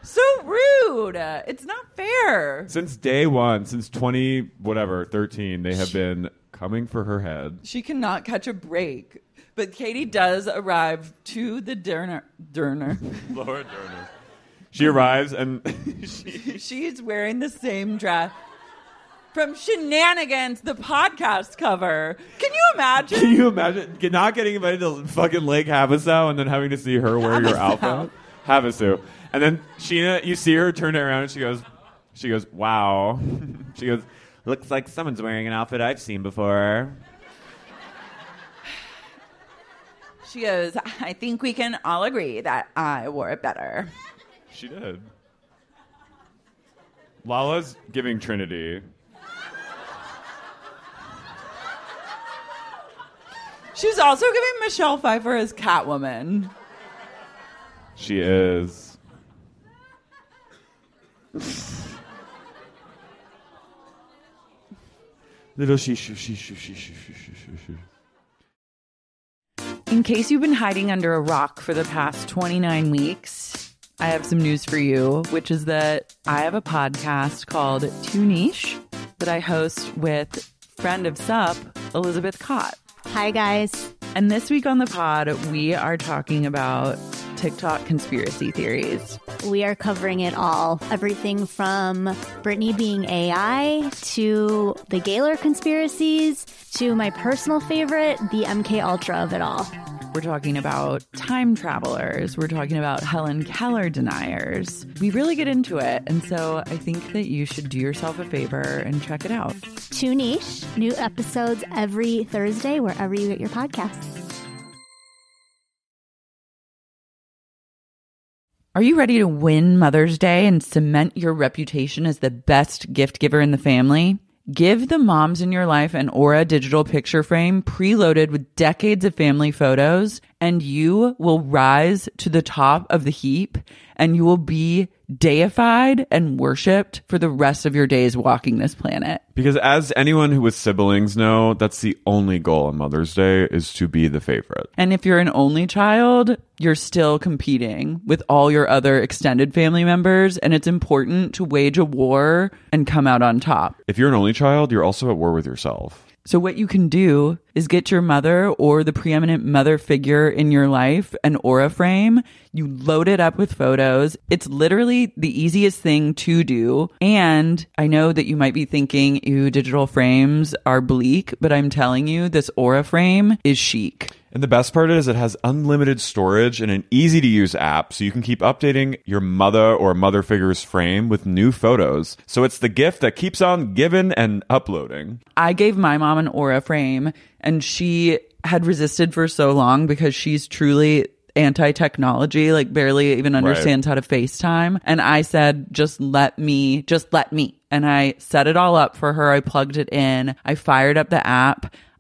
D: so rude. It's not fair.
C: Since day one, since twenty whatever thirteen, they have been coming for her head.
D: She cannot catch a break. But Katie does arrive to the dinner. Dinner.
C: Laura Turner. She arrives and
D: She's wearing the same dress from Shenanigans, the podcast cover. Can you imagine?
C: Can you imagine get- not getting invited to fucking Lake Havasu and then having to see her wear your outfit? Havasu. And then Sheena, you see her turn it around and she goes, she goes, wow. she goes, looks like someone's wearing an outfit I've seen before.
D: She goes, I think we can all agree that I wore it better.
C: She did. Lala's giving Trinity.
D: She's also giving Michelle Pfeiffer as Catwoman.
C: She is. Little she she she she she she she she she.
A: In case you've been hiding under a rock for the past 29 weeks, I have some news for you, which is that I have a podcast called Too Niche that I host with friend of SUP, Elizabeth Cott.
G: Hi, guys.
A: And this week on the pod, we are talking about TikTok conspiracy theories.
G: We are covering it all. Everything from Britney being AI to the Gaylor conspiracies to my personal favorite, the MK Ultra of it all.
A: We're talking about time travelers. We're talking about Helen Keller deniers. We really get into it. And so I think that you should do yourself a favor and check it out.
G: Too niche. New episodes every Thursday, wherever you get your podcasts.
A: Are you ready to win Mother's Day and cement your reputation as the best gift giver in the family? Give the moms in your life an Aura digital picture frame preloaded with decades of family photos
D: and you will rise to the top of the heap and you will be deified and worshiped for the rest of your days walking this planet.
C: Because as anyone who was siblings know, that's the only goal on Mother's Day is to be the favorite.
D: And if you're an only child, you're still competing with all your other extended family members, and it's important to wage a war and come out on top.
C: If you're an only child, you're also at war with yourself.
D: So, what you can do is get your mother or the preeminent mother figure in your life an aura frame. You load it up with photos. It's literally the easiest thing to do. And I know that you might be thinking, ew, digital frames are bleak, but I'm telling you, this aura frame is chic.
C: And the best part is it has unlimited storage and an easy to use app so you can keep updating your mother or mother figure's frame with new photos. So it's the gift that keeps on giving and uploading.
D: I gave my mom an aura frame and she had resisted for so long because she's truly anti technology, like barely even understands how to FaceTime. And I said, just let me, just let me. And I set it all up for her. I plugged it in. I fired up the app.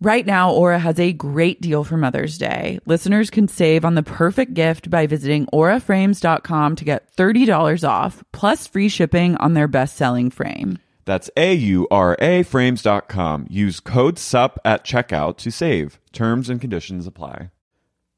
D: Right now, Aura has a great deal for Mother's Day. Listeners can save on the perfect gift by visiting auraframes.com to get $30 off plus free shipping on their best-selling frame.
C: That's A U R A frames.com. Use code SUP at checkout to save. Terms and conditions apply.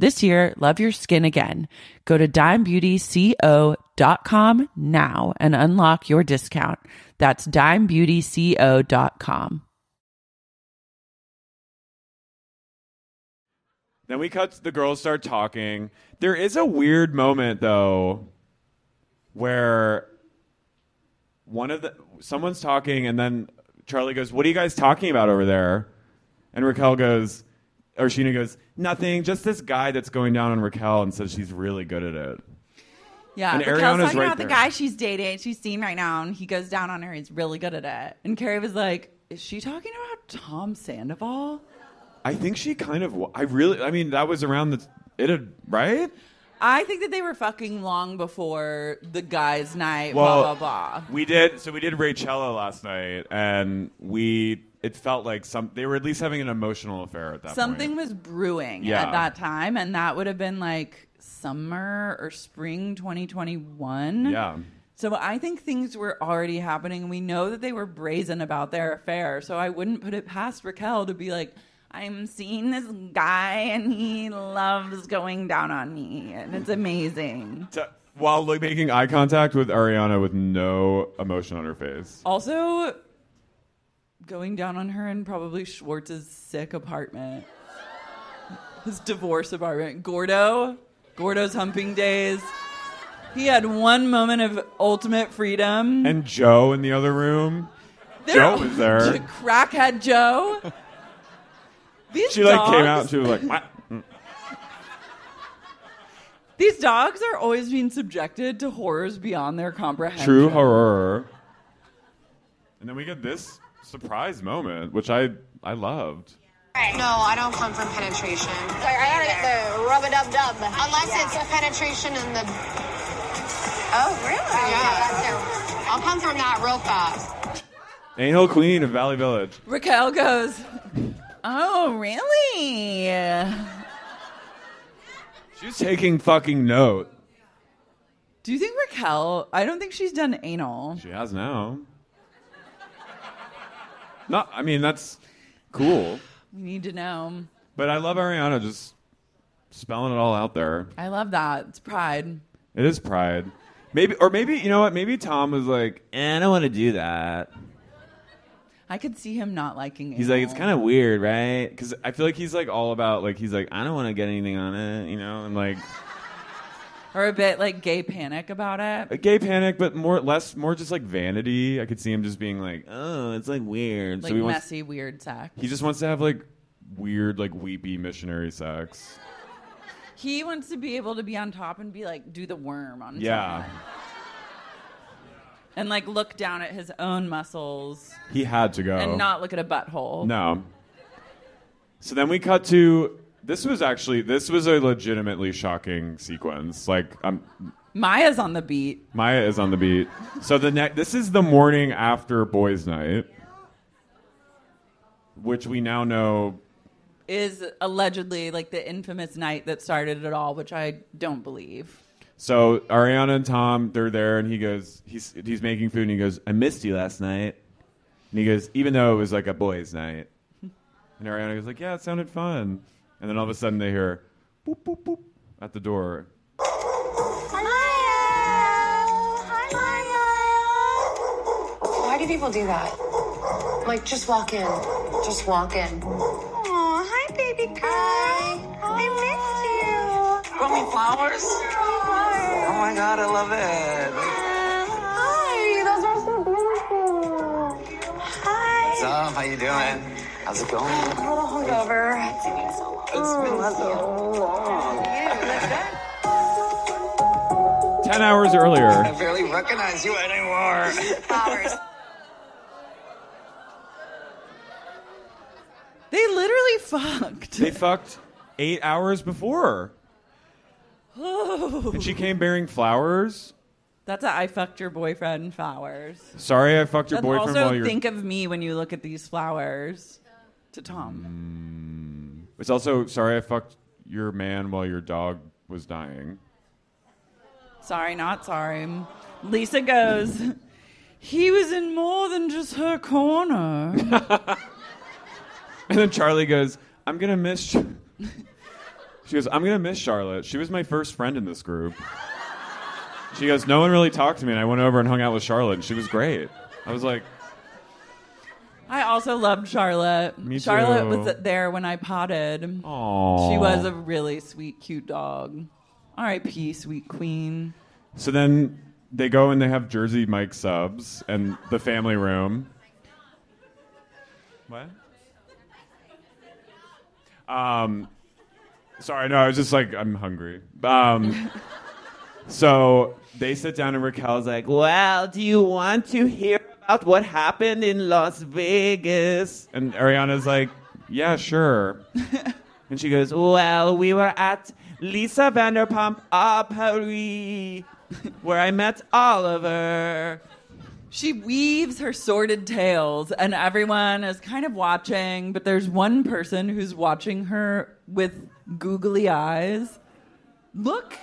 A: This year, love your skin again. Go to dimebeautyco.com now and unlock your discount. That's dimebeautyco.com.
C: Then we cut. The girls start talking. There is a weird moment though, where one of the someone's talking, and then Charlie goes, "What are you guys talking about over there?" And Raquel goes, or Sheena goes, "Nothing. Just this guy that's going down on Raquel and says she's really good at it."
D: Yeah,
C: And
D: Raquel's
C: Ariana's
D: talking
C: right
D: about the
C: there.
D: guy she's dating, she's seeing right now, and he goes down on her. He's really good at it. And Carrie was like, "Is she talking about Tom Sandoval?"
C: I think she kind of. wa- I really. I mean, that was around the. It had right.
D: I think that they were fucking long before the guys' night. blah blah blah.
C: We did so we did Rachella last night, and we it felt like some they were at least having an emotional affair at that
D: Something
C: point.
D: was brewing
C: Yeah.
D: at that time, and that would have been like summer or spring 2021.
C: Yeah.
D: So I think things were already happening. We know that they were brazen about their affair. So I wouldn't put it past Raquel to be like, I'm seeing this guy and he loves going down on me and it's amazing.
C: To- while like making eye contact with Ariana with no emotion on her face.
D: Also, going down on her in probably Schwartz's sick apartment, his divorce apartment. Gordo, Gordo's humping days. He had one moment of ultimate freedom.
C: And Joe in the other room.
D: They're-
C: Joe was there.
D: Crackhead Joe. These
C: She like came
D: dogs-
C: out and she was like, "What?" Mm.
D: These dogs are always being subjected to horrors beyond their comprehension.
C: true horror. And then we get this surprise moment, which I I loved.
B: No, I don't come from penetration. Like, I gotta get the rub a dub dub. Unless it's a penetration in the. Oh, really? yeah. I'll come from that real fast.
C: Anal Queen of Valley Village.
D: Raquel goes, Oh, really?
C: She's taking fucking note.
D: Do you think Raquel? I don't think she's done anal.
C: She has now. No, I mean that's cool,
D: We need to know.
C: but I love Ariana just spelling it all out there.
D: I love that. It's pride.
C: It is pride, maybe, or maybe you know what? Maybe Tom was like, eh, "I don't want to do that."
D: I could see him not liking it.
C: He's like, "It's kind of weird, right?" Because I feel like he's like all about like he's like, "I don't want to get anything on it," you know, and like
D: or a bit like gay panic about it.
C: a gay panic, but more less more just like vanity. I could see him just being like, "Oh, it's like weird."
D: Like
C: he wants-
D: messy, weird sex.
C: he just wants to have like weird, like weepy missionary sex.
D: He wants to be able to be on top and be like, do the worm on his
C: Yeah.
D: own. And like look down at his own muscles
C: He had to go.
D: and not look at a butthole.
C: Oh. No. So then we cut to this was actually this was a legitimately shocking sequence. Like um,
D: Maya's on the beat.
C: Maya is on the beat. So the ne- this is the morning after boys' night, which we now know.
D: Is allegedly like the infamous night that started it all, which I don't believe.
C: So Ariana and Tom, they're there, and he goes, he's he's making food, and he goes, "I missed you last night," and he goes, "Even though it was like a boys' night," and Ariana goes, "Like, yeah, it sounded fun," and then all of a sudden they hear, boop boop boop, at the door,
B: Why do people do that? Like, just walk in. Just walk in. Oh, hi, baby girl. I missed you. Throw me flowers.
H: Oh my god, I love it.
B: Hi, those are so beautiful. Hi.
H: What's up? How you doing? How's it going?
B: I'm a little hungover. It's been so long.
C: ten hours earlier.
H: I barely recognize you anymore.
D: They literally fucked.
C: They fucked eight hours before.
D: Oh.
C: And she came bearing flowers.
D: That's a I fucked your boyfriend flowers.
C: Sorry, I fucked your
D: And
C: boyfriend
D: Also,
C: while you're.
D: think of me when you look at these flowers. To Tom.
C: it's also sorry I fucked your man while your dog was dying.
D: Sorry, not sorry. Lisa goes. He was in more than just her corner.
C: And then Charlie goes, "I'm gonna miss." Ch-. She goes, "I'm gonna miss Charlotte. She was my first friend in this group." She goes, "No one really talked to me, and I went over and hung out with Charlotte, and she was great." I was like,
D: I also loved Charlotte.
C: Me
D: Charlotte
C: too.
D: was there when I potted.
C: Aw.
D: She was a really sweet, cute dog. R.I.P. Sweet Queen.
C: So then they go and they have Jersey Mike subs and the family room. What? Um, sorry, no, I was just like, I'm hungry. Um, so they sit down and Raquel's like, well, do you want to hear about what happened in Las Vegas? And Ariana's like, yeah, sure. and she goes, well, we were at Lisa Vanderpump Opry, where I met Oliver.
D: She weaves her sordid tales, and everyone is kind of watching, but there's one person who's watching her with googly eyes. Look.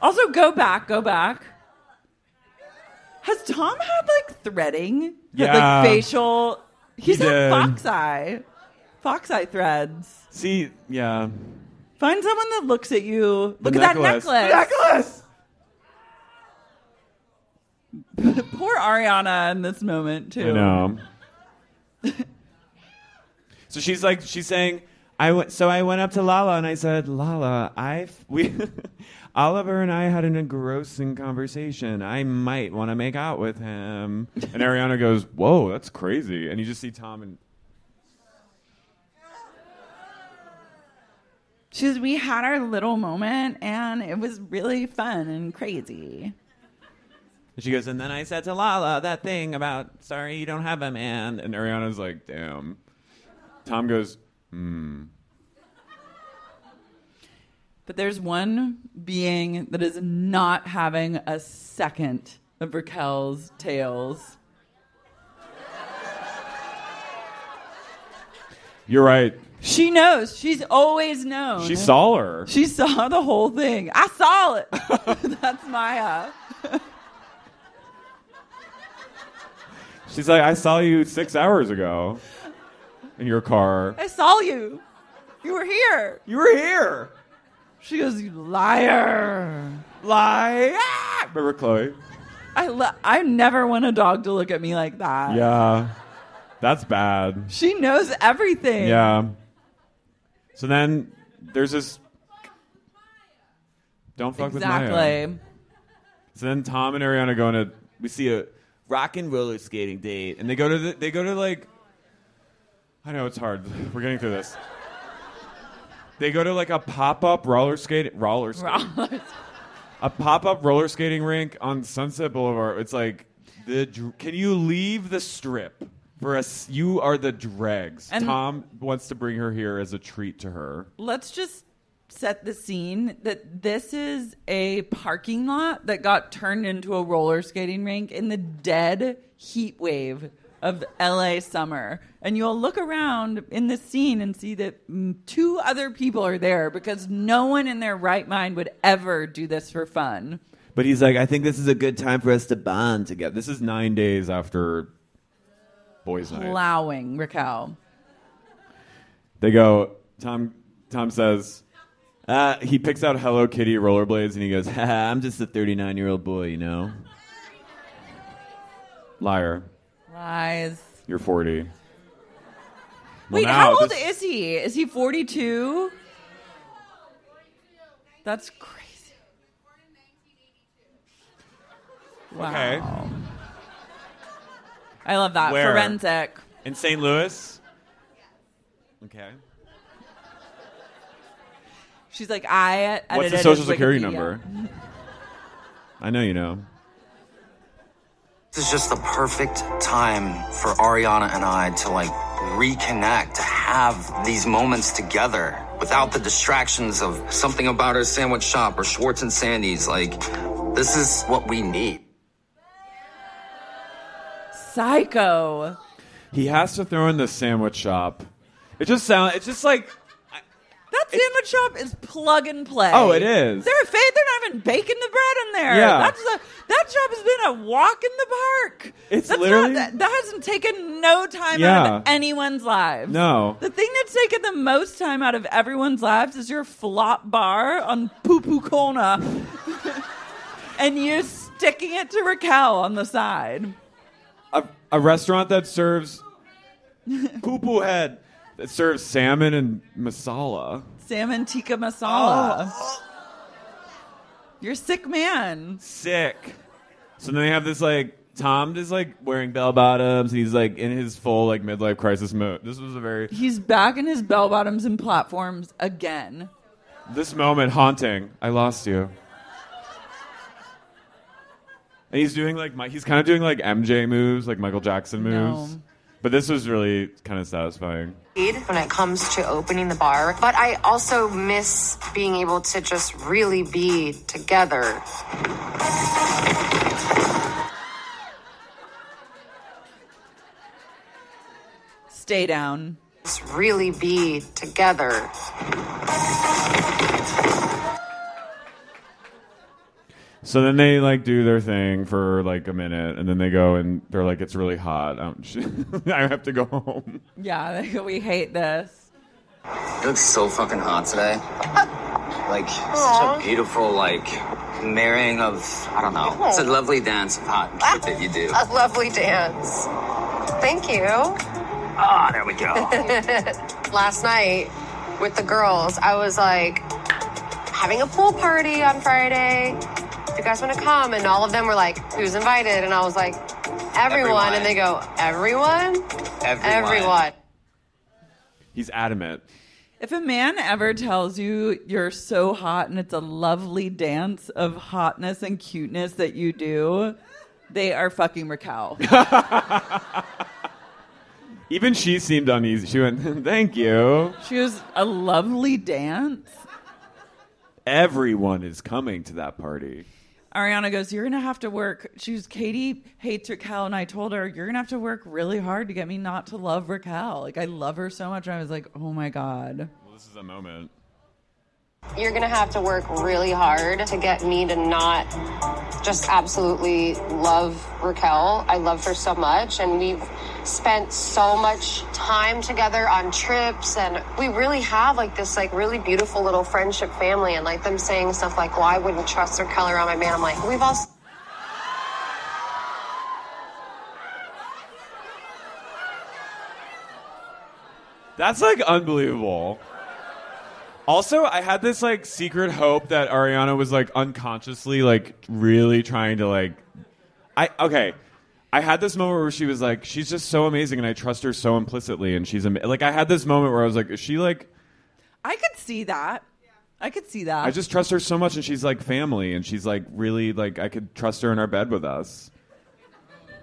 D: Also, go back, go back. Has Tom had like threading? Had,
C: Yeah.
D: Like facial. He's
C: He
D: had
C: did.
D: fox eye. Fox eye threads.
C: See, yeah.
D: Find someone that looks at you. Look
C: The
D: at
C: necklace.
D: that necklace. Necklace. Poor Ariana in this moment too.
C: I know. so she's like, she's saying, I w- so I went up to Lala and I said, Lala, I f- we Oliver and I had an engrossing conversation. I might want to make out with him. And Ariana goes, Whoa, that's crazy. And you just see Tom and
D: She says we had our little moment and it was really fun and crazy.
C: and she goes, and then I said to Lala that thing about sorry you don't have a man. And Ariana's like, damn. Tom goes, hmm.
D: But there's one being that is not having a second of Raquel's tales.
C: You're right.
D: She knows. She's always known.
C: She saw her.
D: She saw the whole thing. I saw it. That's Maya.
C: She's like, I saw you six hours ago in your car.
D: I saw you. You were here.
C: You were here.
D: She goes, You liar.
C: Liar. ah! Remember Chloe?
D: I, lo- I never want a dog to look at me like that.
C: Yeah. That's bad.
D: She knows everything.
C: Yeah. So then there's this. Don't fuck with Maya.
D: Exactly.
C: So then Tom and Ariana go on a. We see a rock and roller skating date, and they go to the, they go to like. I know it's hard. We're getting through this. They go to like a pop up roller skate roller skate. a pop up roller skating rink on Sunset Boulevard. It's like the dr- can you leave the strip for us? You are the dregs.
D: And-
C: Tom wants to bring her here as a treat to her.
D: Let's just set the scene that this is a parking lot that got turned into a roller skating rink in the dead heat wave of LA summer. And you'll look around in this scene and see that mm, two other people are there because no one in their right mind would ever do this for fun.
C: But he's like, I think this is a good time for us to bond together. This is nine days after boys' night.
D: Plowing, Raquel.
C: They go. Tom. Tom says. Uh, he picks out Hello Kitty rollerblades and he goes, Haha, "I'm just a 39 year old boy, you know." Liar.
D: Lies.
C: You're 40. Well,
D: Wait,
C: now
D: how old
C: this-
D: is he? Is he 42? That's crazy. Wow.
C: Okay.
D: I love that.
C: Where?
D: Forensic.
C: In St. Louis. Okay.
D: She's like, I.
C: What's the
D: edited
C: social
D: his
C: security
D: Wikipedia.
C: number? I know you know.
I: This is just the perfect time for Ariana and I to like reconnect, to have these moments together. without the distractions of something about our sandwich shop or Schwartz and Sandy's. Like, this is what we need.
D: Psycho.
C: He has to throw in the sandwich shop. It just sounds. It's just like
D: That sandwich shop is plug and play.
C: Oh, it is.
D: They're afraid they're not even baking the bread in there.
C: Yeah.
D: That's a, that shop has been a walk in the park.
C: It's
D: That's
C: literally-
D: not, that, that hasn't taken no time out
C: Yeah.
D: of anyone's lives.
C: no.
D: The thing that's taken the most time out of everyone's lives is your flop bar on Poo Poo Corner, and you're sticking it to Raquel on the side.
C: A, a restaurant that serves poo poo head that serves salmon and masala.
D: Salmon tikka masala. You're a sick man.
C: Sick. So then they have this like Tom is like wearing bell bottoms. He's like in his full like midlife crisis mode. This was a very
D: He's back in his bell bottoms and platforms again.
C: this moment haunting. I lost you. And he's doing like my, he's kind of doing like MJ moves, like Michael Jackson moves. But this was really kind of satisfying.
B: when it comes to opening the bar, but I also miss being able to just really be together.
D: Stay down.
B: Just really be together.
C: So then they like do their thing for like a minute, and then they go and they're like, "It's really hot. Um, sh- I have to go home."
D: Yeah, we hate this.
I: It looks so fucking hot today. Like,
B: Aw.
I: such a beautiful, like, marrying of, I don't know. It's a lovely dance of hot and cute that you do.
B: A lovely dance. Thank you.
I: Ah, there we go.
B: Last night with the girls, I was like having a pool party on Friday. Do you guys want to come? And all of them were like, who's invited? And I was like,
I: Everyone.
B: everyone. And they go, everyone?
I: Everyone.
C: He's adamant.
D: If a man ever tells you you're so hot and it's a lovely dance of hotness and cuteness that you do, they are fucking Raquel.
C: Even she seemed uneasy. She went, "Thank you.
D: she was a lovely dance.
C: Everyone is coming to that party."
D: Ariana goes, You're going to have to work. She was, Katie hates Raquel. And I told her, You're going to have to work really hard to get me not to love Raquel. Like, I love her so much. And I was like, Oh my God.
C: Well, this is a moment.
B: You're going to have to work really hard to get me to not just absolutely love Raquel. I love her so much. And we've spent so much time together on trips. And we really have like this, like, really beautiful little friendship family. And like them saying stuff like, well, I wouldn't trust Raquel around my man. I'm like, we've all.
C: That's like unbelievable. Also, I had this like secret hope that Ariana was like unconsciously like really trying to like I okay. I had this moment where she was like she's just so amazing and I trust her so implicitly and she's am- like I had this moment where I was like is she like
D: I could see that. I could see that.
C: I just trust her so much and she's like family and she's like really like I could trust her in our bed with us.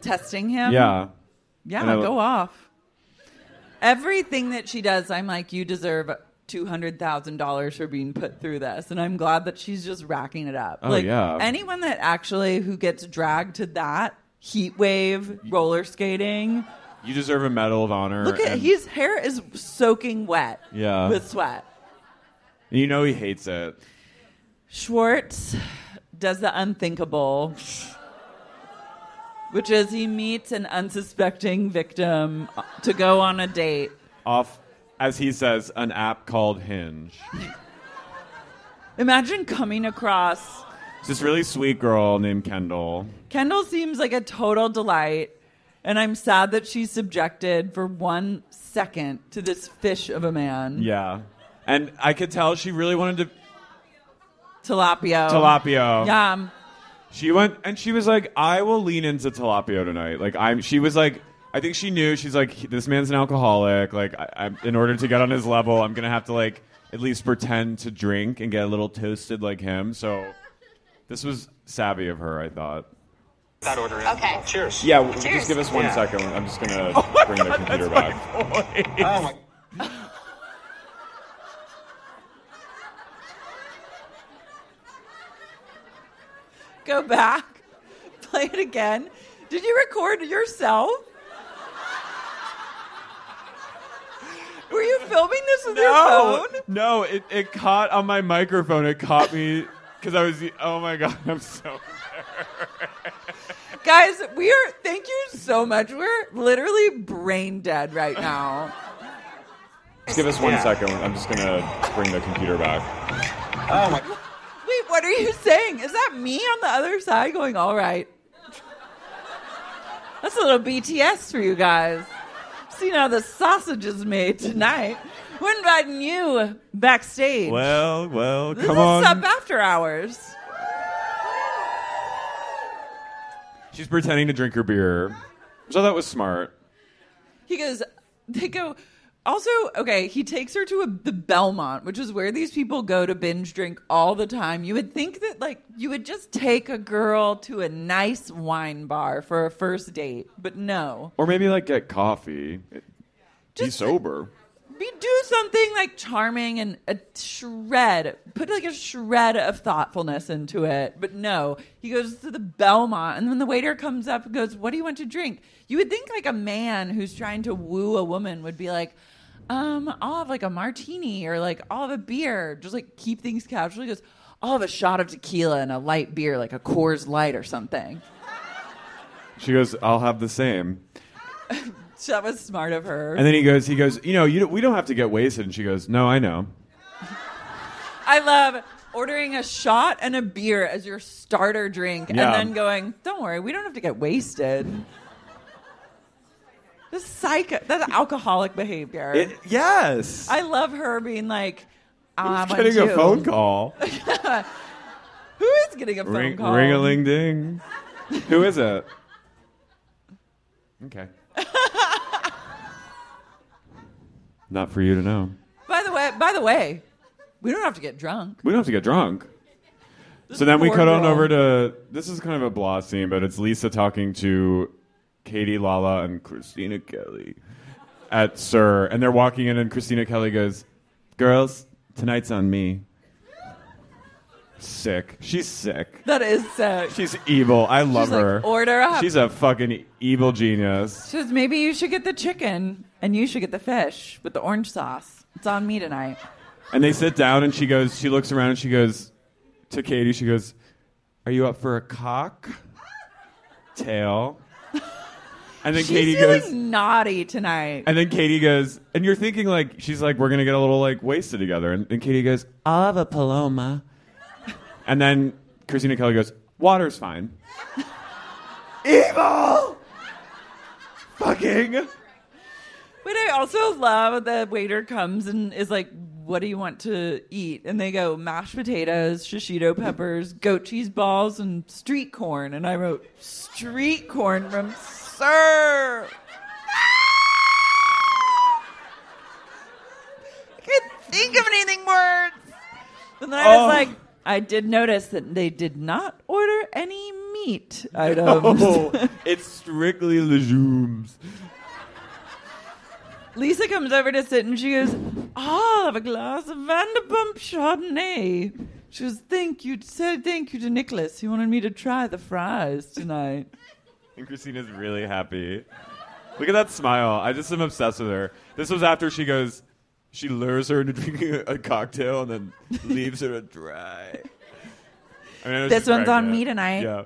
D: testing him.
C: yeah.
D: Yeah,
C: And I-
D: go off. Everything that she does, I'm like, you deserve $200,000 for being put through this. And I'm glad that she's just racking it up.
C: Oh,
D: like,
C: yeah.
D: anyone that actually who gets dragged to that heat wave, roller skating,
C: You deserve a medal of honor.
D: look at
C: and,
D: his hair is soaking wet
C: Yeah.
D: with sweat.
C: and you know he hates it.
D: Schwartz does the unthinkable, which is he meets an unsuspecting victim to go on a date.
C: Off as he says an app called Hinge.
D: Imagine coming across
C: It's this really sweet girl named Kendall.
D: Kendall seems like a total delight, and I'm sad that she's subjected for one second to this fish of a man.
C: Yeah. And I could tell she really wanted to
D: Tilapia.
C: tilapia.
D: Oh. Yeah.
C: She went and she was like, I will lean into tilapia tonight. Like I'm she was like I think she knew she's like this man's an alcoholic. Like I, I'm, in order to get on his level, I'm gonna have to like at least pretend to drink and get a little toasted like him. So this was savvy of her, I thought.
E: That order in.
B: Okay.
E: Cheers.
C: Yeah, w- just give us one second. I'm just gonna
B: Oh
C: bring the computer back.
E: Oh my
D: go back, play it again. Did you record yourself? Were you filming this with your
C: No,
D: phone?
C: no, it, it caught on my microphone. It caught me because I was. Oh my god, I'm so.
D: Guys, we are, thank you so much. We're literally brain dead right now.
C: Give us one
D: Yeah.
C: second. I'm just gonna bring the computer back.
D: Oh my. Wait, what are you saying? Is that me on the other side going, all right? That's a little BTS for you guys. Seen how the sausage is made tonight. We're inviting you backstage.
C: Well, well,
D: this
C: come
D: is
C: on.
D: Sub After Hours.
C: She's pretending to drink her beer, which I thought was smart.
D: He goes, they go, also, okay, he takes her to a, the Belmont, which is where these people go to binge drink all the time. You would think that, like, you would just take a girl to a nice wine bar for a first date, but no.
C: Or maybe like get coffee. Be sober.
D: Be, do something like charming and a shred, put like a shred of thoughtfulness into it. But no, he goes to the Belmont, and then the waiter comes up and goes, "What do you want to drink?" You would think like a man who's trying to woo a woman would be like, "Um, I'll have like a martini or like I'll have a beer." Just like keep things casual. He goes, "I'll have a shot of tequila and a light beer, like a Coors Light or something."
C: She goes, "I'll have the same."
D: So that was smart of her.
C: And then he goes, he goes, you know, you don't, we don't have to get wasted. And she goes, no, I know.
D: I love ordering a shot and a beer as your starter drink
C: Yeah.
D: and then going, don't worry, we don't have to get wasted. This psycho, that's alcoholic behavior.
C: It- yes.
D: I love her being like, "Ah, I'm
C: He's getting a phone call.
D: Who is getting a phone
C: Ring,
D: call?
C: ring a ling ding. Who is it? Okay. Not for you to know.
D: By the way, by the way, we don't have to get drunk.
C: We don't have to get drunk. so then we
D: poor
C: cut on
D: girl.
C: over to this is kind of a blah scene, but it's Lisa talking to Katie Lala and Christina Kelly at Sir, and they're walking in, and Christina Kelly goes, "Girls, tonight's on me." Sick. She's sick.
D: That is uh, sick.
C: She's evil. I love
D: She's like,
C: her.
D: "Order up."
C: She's a fucking evil genius.
D: She says, maybe you should get the chicken and you should get the fish with the orange sauce. It's on me tonight.
C: And they sit down, and she goes, she looks around, and she goes to Katie, she goes, "Are you up for a cock tail?" And then
D: She's
C: Katie
D: feeling
C: goes,
D: naughty tonight.
C: and then Katie goes, and you're thinking like she's like, "We're gonna get a little like wasted together," and, and Katie goes, "I'll have a paloma," and then Christina Kelly goes, "Water's fine." Evil. Fucking.
D: But I also love that waiter comes and is like, "What do you want to eat?" And they go mashed potatoes, shishito peppers, goat cheese balls, and street corn. And I wrote street corn from Sir. I can't think of anything worse. And then I was
J: Oh.
D: like, I did notice that they did not order any meat items.
C: No, it's strictly legumes.
D: Lisa comes over to sit and she goes, I'll have a glass of Vanderpump Chardonnay. She goes, Thank you, so thank you to Nicholas. He wanted me to try the fries tonight.
C: And Christina's really happy. Look at that smile. I just am obsessed with her. This was after she goes, she lures her into drinking a, a cocktail and then leaves her to dry. I mean, I know
D: This
C: she's
D: one's on
C: pregnant.
D: me tonight.
C: Yeah.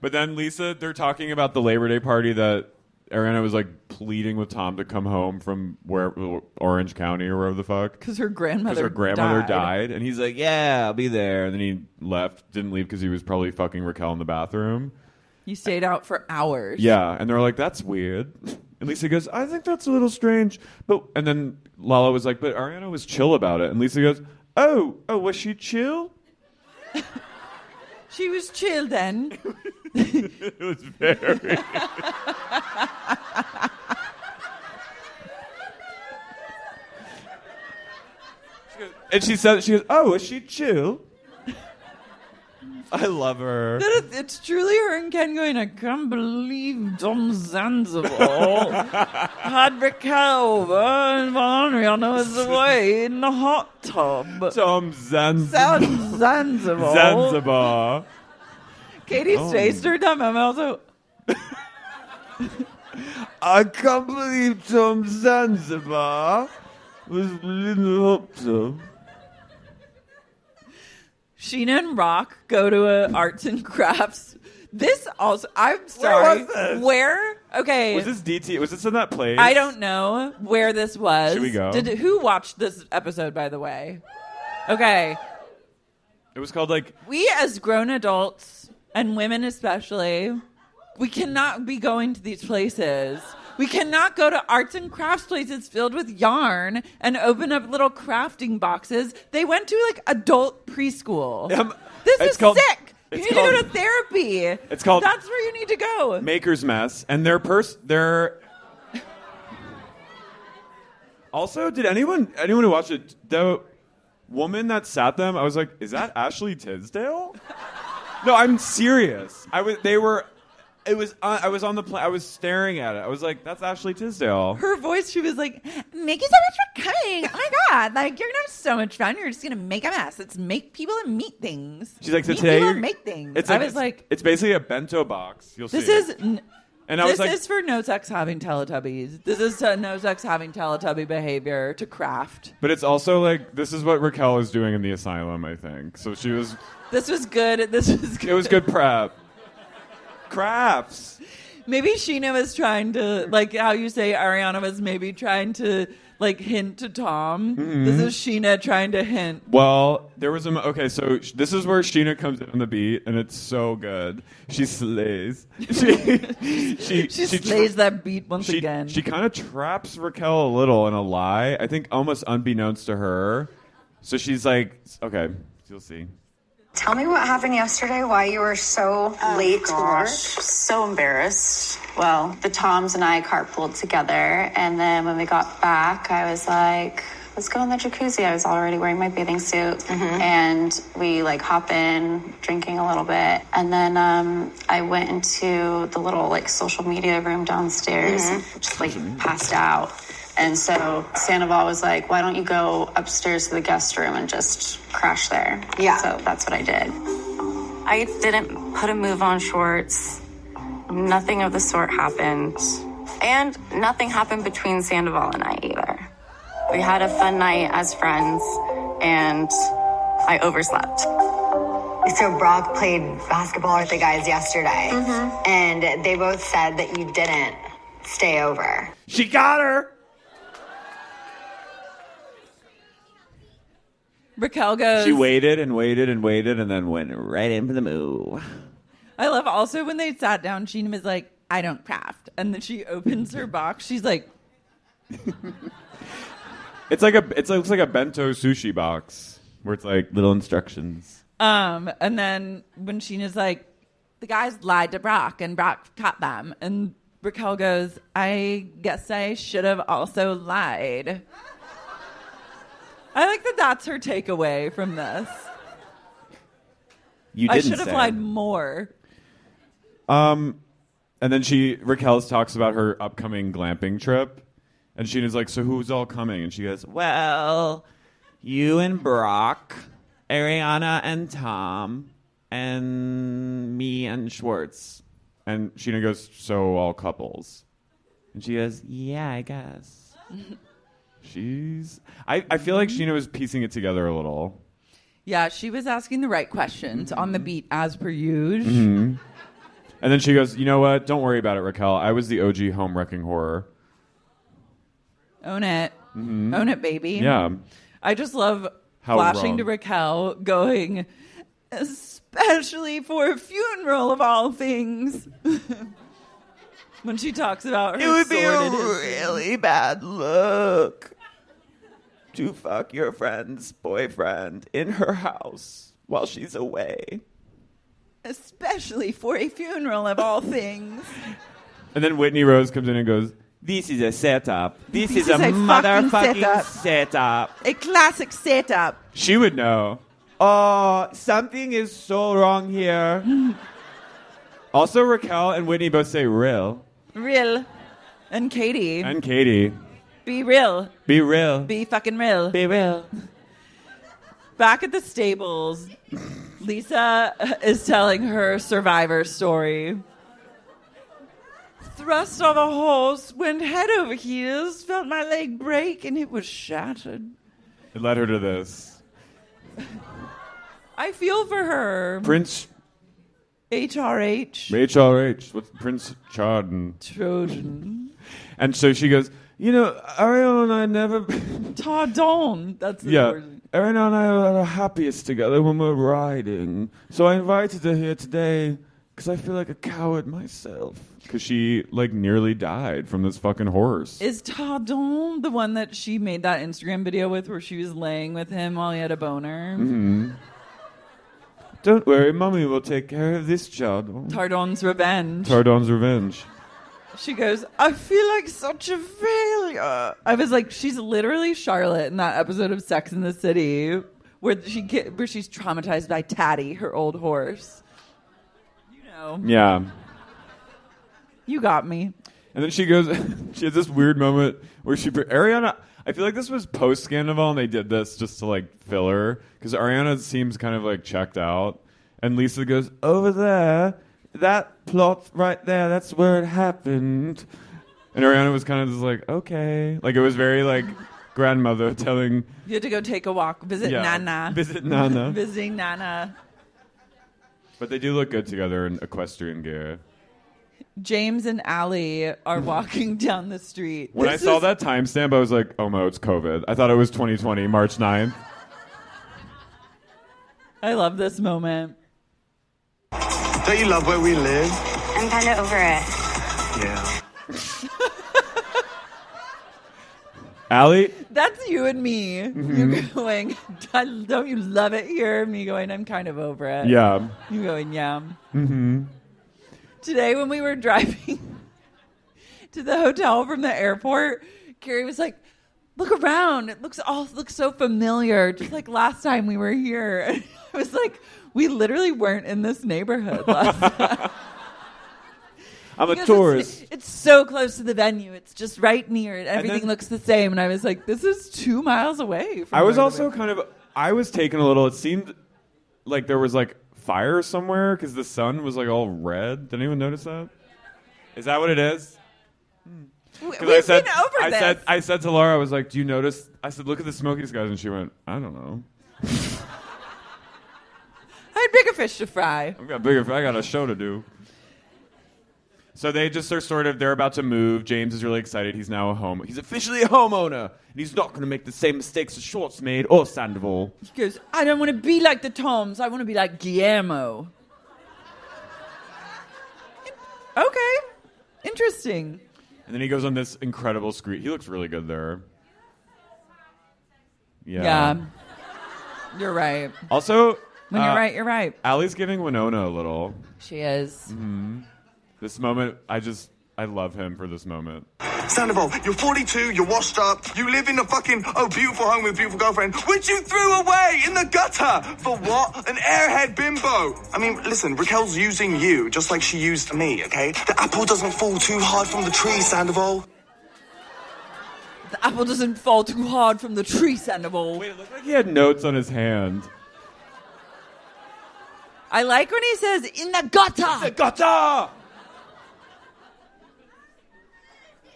C: But then Lisa, they're talking about the Labor Day party that Ariana was like pleading with Tom to come home from where Orange County or wherever the fuck.
D: 'Cause her grandmother
C: 'Cause her grandmother
D: died.
C: died. And he's like, yeah, I'll be there. And then he left, didn't leave because he was probably fucking Raquel in the bathroom.
D: You stayed out for hours.
C: Yeah, and they're like, "That's weird." And Lisa goes, "I think that's a little strange." But and then Lala was like, "But Ariana was chill about it." And Lisa goes, "Oh, oh, was she chill?"
D: She was chill then.
C: it was very. and she says, "She goes, oh, was she chill?" I love her.
D: That is, it's truly her and Ken going, I can't believe Tom Zanzibar had Raquel over and while Ariana was away in the hot tub.
C: Tom Zanzibar.
D: Sounds Zanzibar.
C: Zanzibar.
D: Katie's
C: Oh.
D: face during that moment also.
C: I can't believe Tom Zanzibar was Linda Hopton.
D: Sheena and Rock go to a arts and crafts. This also, I'm sorry.
C: was this?
D: Where? Okay.
C: Was this DT? Was this in that place?
D: I don't know where this was.
C: Should we go?
D: Did who watched this episode? By the way, okay.
C: It was called like
D: We as grown adults and women especially, we cannot be going to these places. We cannot go to arts and crafts places filled with yarn and open up little crafting boxes. They went to like adult preschool.
C: Um,
D: this
C: it's
D: is
C: called-
D: sick. You
C: it's
D: need to go
C: called-
D: to therapy. It's
C: called-
D: That's where you need to go.
C: Maker's Mess, and their purse. Their also, did anyone anyone who watched it the woman that sat them? I was like, is that Ashley Tisdale? No, I'm serious. I was. They were. It was. Uh, I was on the. Pla- I was staring at it. I was like, that's Ashley Tisdale.
D: her voice, she was like, Thank you so much for coming. Oh my God. Like, you're going to have so much fun. You're just going to make a mess. Let's make people and meet things.
C: She's like, so
D: meet
C: today
D: people
C: you're-
D: and make things.
C: It's
D: I
C: like,
D: was like,
C: it's basically a bento box. You'll
D: this
C: see.
D: is.
C: And I
D: this
C: was like,
D: is for no sex having Teletubbies. This is uh, no sex having Teletubby behavior to craft.
C: but it's also like this is what Raquel is doing in the asylum. I think so. She was.
D: This was good. This was good.
C: It was good prep. Crafts.
D: Maybe Sheena was trying to, like how you say Ariana was maybe trying to, like, hint to Tom.
C: Mhm.
D: This is Sheena trying to hint.
C: Well, there was a mo- okay. So sh- this is where Sheena comes in on the beat, and it's so good. She slays. She she
D: She,
C: she
D: slays
C: tra-
D: that beat once
C: she,
D: again.
C: She kind of traps Raquel a little in a lie. I think almost unbeknownst to her. So she's like, okay, you'll see.
B: Tell me what happened yesterday, why you were so late to work.
F: gosh, so embarrassed. Well, the Toms and I carpooled together, and then when we got back, I was like, "Let's go in the jacuzzi." I was already wearing my bathing suit, and we like hop in, drinking a little bit, and then um, I went into the little like social media room downstairs, just like passed out. And so Sandoval was like, "Why don't you go upstairs to the guest room and just crash there?" Yeah. So that's what I did. I didn't put a move on Schwartz. Nothing of the sort happened. And nothing happened between Sandoval and I either. We had a fun night as friends, and I overslept.
B: So Brock played basketball with the guys yesterday, and they both said that you didn't stay over.
C: She got her.
D: Raquel goes.
C: She waited and waited and waited, and then went right in for the move.
D: I love also when they sat down, Sheena was like, I don't craft. And then she opens her box. She's like,
C: It's like a it's like, looks like a bento sushi box where it's like little instructions.
D: um, and then when Sheena's like, the guys lied to Brock and Brock caught them. And Raquel goes, I guess I should have also lied. I like that that's her takeaway from this.
C: You
D: I
C: didn't
D: should have
C: say.
D: lied more.
C: Um, and then she Raquel talks about her upcoming glamping trip, and Sheena's like, "So who's all coming?" And she goes, "Well, you and Brock, Ariana and Tom, and me and Schwartz." And Sheena goes, "So all couples?" And she goes, "Yeah, I guess." She's. I, I feel like Sheena was piecing it together a little.
D: Yeah, she was asking the right questions on the
C: Mm-hmm.
D: beat as per usual.
C: Mhm. And then she goes, "You know what? Don't worry about it, Raquel. I was the OG home wrecking horror."
D: Own it.
C: Mhm.
D: Own it, baby.
C: Yeah.
D: I just love
C: How
D: flashing
C: wrong.
D: to Raquel going, especially for a funeral of all things. when she talks about her sordid history.
C: bad look to fuck your friend's boyfriend in her house while she's away.
D: Especially for a funeral of all things.
C: And then Whitney Rose comes in and goes, "This is a setup. This,
D: This
C: is, a,
D: is a fucking
C: motherfucking
D: setup."
C: setup.
D: A classic setup.
C: She would know. Oh, something is so wrong here. also, Raquel and Whitney both say "real"
D: Real. And Katie.
C: and Katie.
D: be real.
C: Be real.
D: Be fucking real.
C: Be real.
D: Back at the stables, Lisa is telling her survivor story. Thrust on a horse, went head over heels, felt my leg break, and it was shattered.
C: It led her to this.
D: I feel for her.
C: Prince
D: HRH.
C: HRH. What's Prince Chardon?
D: Trojan.
C: And so she goes, you know, Ariel and I never.
D: Tardon. That's the
C: yeah.
D: word.
C: Erin and I are happiest together when we're riding. So I invited her here today because I feel like a coward myself. Because she, like, nearly died from this fucking horse.
D: Is Tardon the one that she made that Instagram video with where she was laying with him while he had a boner?
C: Mhm. Don't worry, Mummy will take care of this child.
D: Tardon's revenge.
C: Tardon's revenge.
D: She goes, I feel like such a failure. I was like, she's literally Charlotte in that episode of Sex in the City where she get, where she's traumatized by Tatty, her old horse. You know,
C: Yeah.
D: you got me.
C: And then she goes, she has this weird moment where she, Ariana, I feel like this was post Scandival and they did this just to like fill her because Ariana seems kind of like checked out. And Lisa goes, over there, that plot right there, that's where it happened. And Ariana was kind of just like, okay. Like it was very like grandmother telling,
D: You had to go take a walk, visit
C: Yeah.
D: Nana.
C: Visit Nana.
D: Visiting Nana.
C: but they do look good together in equestrian gear.
D: James and Allie are walking down the street.
C: When
D: This
C: I saw
D: is-
C: that timestamp, I was like, oh no, it's COVID. I thought it was 2020, March 9th.
D: I love this moment.
E: Don't you love where we live?
J: I'm kind of over it.
E: Yeah.
C: Allie,
D: That's you and me. You're
C: Mm-hmm.
D: going, "I- don't you love it here? Me going, I'm kind of over it.
C: Yeah.
D: You going, yeah.
C: Mm-hmm.
D: Today, when we were driving to the hotel from the airport, Carrie was like, look around. It looks all looks so familiar, just like last time we were here. And I was like, we literally weren't in this neighborhood last time.
C: I'm
D: Because
C: a
D: it's-
C: tourist.
D: It's, so close to the venue. It's just right near it. Everything
C: then-
D: looks the same. And I was like, this is two miles away. From
C: I was
D: where
C: also kind of I was taken a little. It seemed like there was like fire somewhere because the sun was like all red. Did anyone notice that? Is that what it is?
D: we,
C: Because I said
D: over
C: I
D: this.
C: said I said to Laura, I was like, "Do you notice?" I said, "Look at the smoky skies," and she went, "I don't know.
D: I had bigger fish to fry.
C: I've got bigger. I got a show to do." So they just are sort of they're about to move. James is really excited. He's now a home. He's officially a homeowner, and he's not going to make the same mistakes that Schwartz made or Sandoval.
D: He goes, I don't want to be like the Toms. I want to be like Guillermo. okay. Interesting.
C: And then he goes on this incredible screen. He looks really good there. Yeah.
D: You're right.
C: Also,
D: When you're
C: uh,
D: right, you're right.
C: Allie's giving Winona a little.
D: She is.
C: Mhm. This moment, I just, I love him for this moment.
E: Sandoval, you're 42, you're washed up, you live in a fucking, oh, beautiful home with a beautiful girlfriend, which you threw away in the gutter! For what? An airhead bimbo! I mean, listen, Raquel's using you just like she used me, okay? The apple doesn't fall too hard from the tree, Sandoval.
D: The apple doesn't fall too hard from the tree, Sandoval.
C: He had notes on his hand.
D: I like when he says, in the gutter. In the
C: gutter.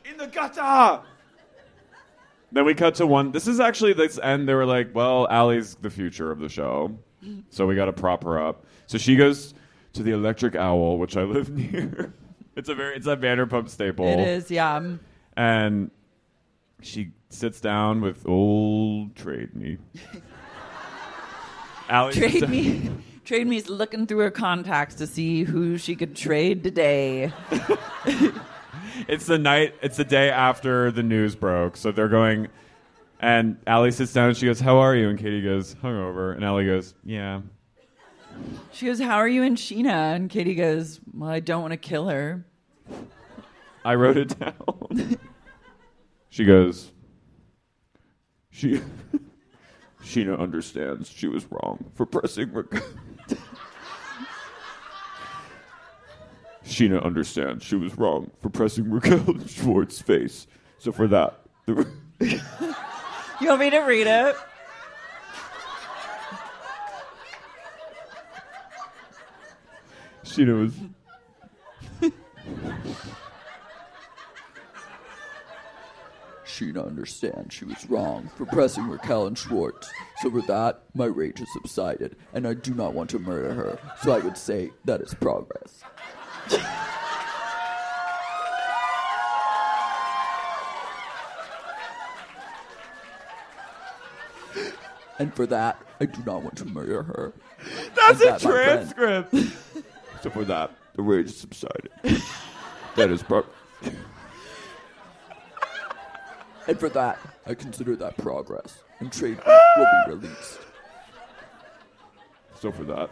C: In the gutter. Then we cut to one. This is actually this end. They were like, well, Allie's the future of the show. So we got to prop her up. So she goes to the Electric Owl, which I live near. it's a very, it's a Vanderpump staple.
D: It is, yeah. Um,
C: And she sits down with old Trade Me. Allie sits
D: Trade
C: down-
D: me. Trade me's looking through her contacts to see who she could trade today.
C: It's the night. It's the day after the news broke. So they're going, and Allie sits down and she goes, "How are you?" And Katie goes, "Hungover." And Allie goes, "Yeah."
D: She goes, How are you and Sheena? And Katie goes, Well, I don't want to kill her.
C: I wrote it down. she goes, she, Sheena understands she was wrong for pressing. Rec- Sheena understands she was wrong for pressing Raquel Schwartz's face. So for that, the,
D: You want me to read it?
C: Sheena was.
J: Sheena understands she was wrong for pressing Raquel and Schwartz. So for that, my rage has subsided, and I do not want to murder her. So I would say that is progress. and for that, I do not want to murder her.
C: That's
J: And
C: a
J: that, my friend-
C: transcript.
J: so for that, the rage subsided. that is pro. and for that, I consider that progress, and trademark will be released. So for that.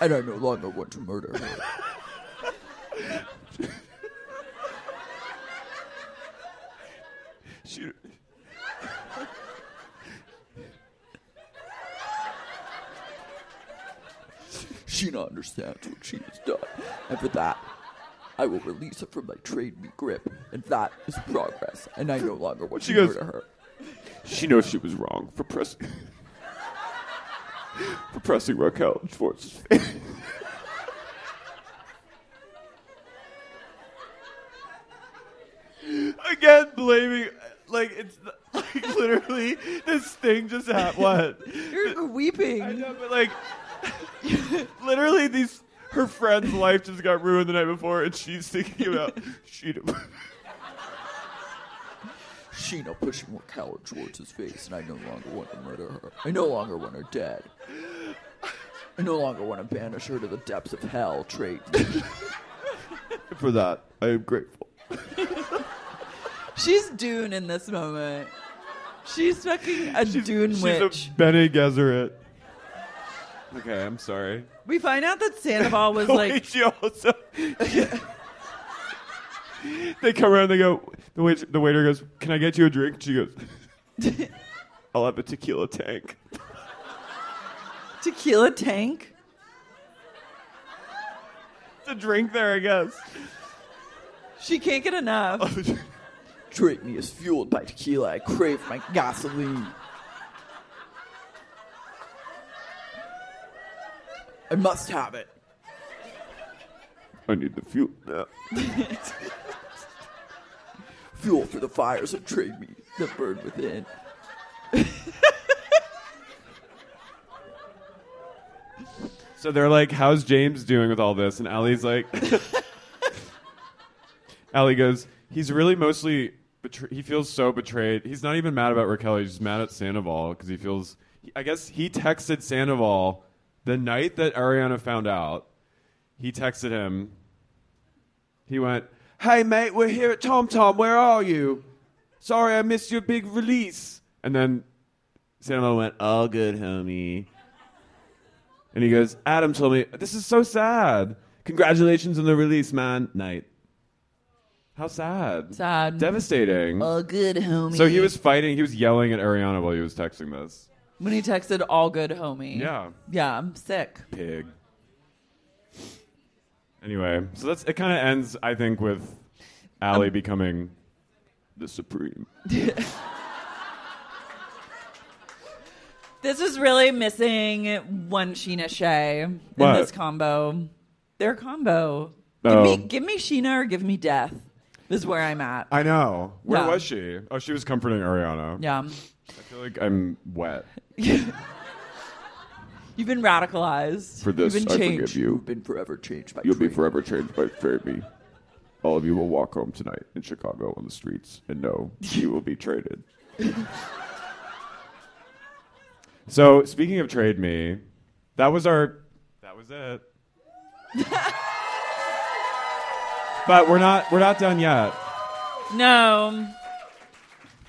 J: and I no longer want to murder her.
C: She-
J: Sheena understands what she has done, and for that, I will release her from my trade me grip, and that is progress, and I no longer want
C: She
J: to
C: goes-
J: murder her.
C: She knows she was wrong for pressing. for pressing Raquel Schwartz's face. Again, blaming. Like, it's like, literally this thing just happened. What?
D: You're weeping. I
C: know, but like, literally, these. Her friend's life just got ruined the night before, and she's thinking about. Sheena.
J: Sheena pushing Raquel towards his face, and I no longer want to murder her. I no longer want her dead. I no longer want to banish her to the depths of hell, trait.
C: for that, I am grateful.
D: She's Dune in this moment. She's fucking a Dune
C: She's
D: witch.
C: a Bene Gesserit. Okay, I'm sorry.
D: we find out that Sandoval was
C: Wait,
D: like.
C: she also. They come around. They go. The wait, the waiter goes. Can I get you a drink? She goes. I'll have a tequila tank.
D: Tequila tank?
C: It's a drink there, I guess.
D: She can't get enough.
J: Trait me is fueled by tequila. I crave my gasoline. I must have it.
C: I need the fuel. now.
J: Fuel for the fires of trade me that burn within.
C: So they're like, "How's James doing with all this?" And Allie's like, Allie goes, "He's really mostly betra- he feels so betrayed. He's not even mad about Raquel. He's just mad at Sandoval because he feels. I guess he texted Sandoval the night that Ariana found out. He texted him. He went, "Hey mate, we're here at Tom Tom. Where are you? Sorry, I missed your big release." And then Sandoval went, "All good, homie." And he goes, Adam told me, this is so sad. Congratulations on the release, man. Night. How sad.
D: Sad.
C: Devastating.
D: All good, homie.
C: So he was fighting, he was yelling at Ariana while he was texting this.
D: When he texted, all good, homie.
C: Yeah.
D: Yeah, I'm sick.
C: Pig. Anyway, so that's it kind of ends, I think, with Allie becoming the supreme.
D: This is really missing one Sheena Shea in
C: What?
D: this combo. Their combo.
C: Oh.
D: Give, me, give me Sheena or give me death. This is where I'm at.
C: I know. Where
D: Yeah.
C: was she? Oh, she was comforting Ariana.
D: Yeah.
C: I feel like I'm wet.
D: You've been radicalized.
C: For this,
D: You've been
C: I
D: changed.
C: forgive you. You've
J: been forever changed by
C: You'll be forever changed by me. All of you will walk home tonight in Chicago on the streets and know you will be traded. so, speaking of trade me, that was our. That was it. But we're not we're not done yet.
D: No.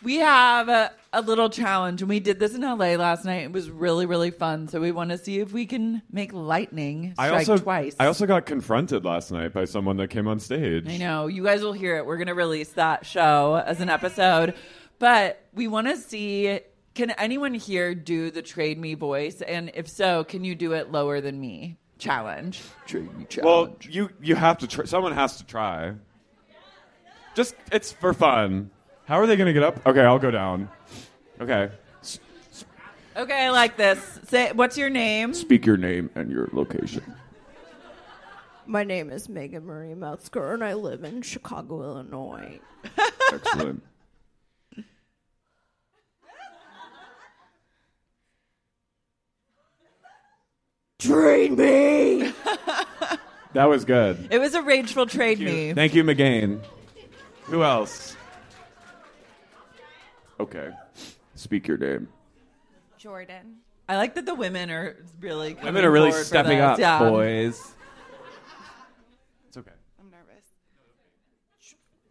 D: We have a, a little challenge, and we did this in LA last night. It was really, really fun. So we want to see if we can make lightning strike
C: I also
D: twice.
C: I also got confronted last night by someone that came on stage.
D: I know. You guys will hear it. We're going to release that show as an episode. But we want to see can anyone here do the trade me voice? And if so, can you do it lower than me? Challenge.
J: Trade me
C: Well, you you have to. Tr- someone has to try. Just it's for fun. How are they going to get up? Okay, I'll go down. Okay. S- s-
D: Okay, I like this. Say, what's your name?
C: Speak your name and your location.
K: My name is Megan Marie Metzger, and I live in Chicago, Illinois.
C: Excellent.
K: Train me.
C: That was good.
D: It was a rageful trade me.
C: Thank you, McGain. Who else? Okay. Speak your name.
D: Jordan. I like that the women are really coming
C: Women are really
D: forward for
C: stepping
D: this.
C: up,
D: Yeah.
C: boys. It's okay.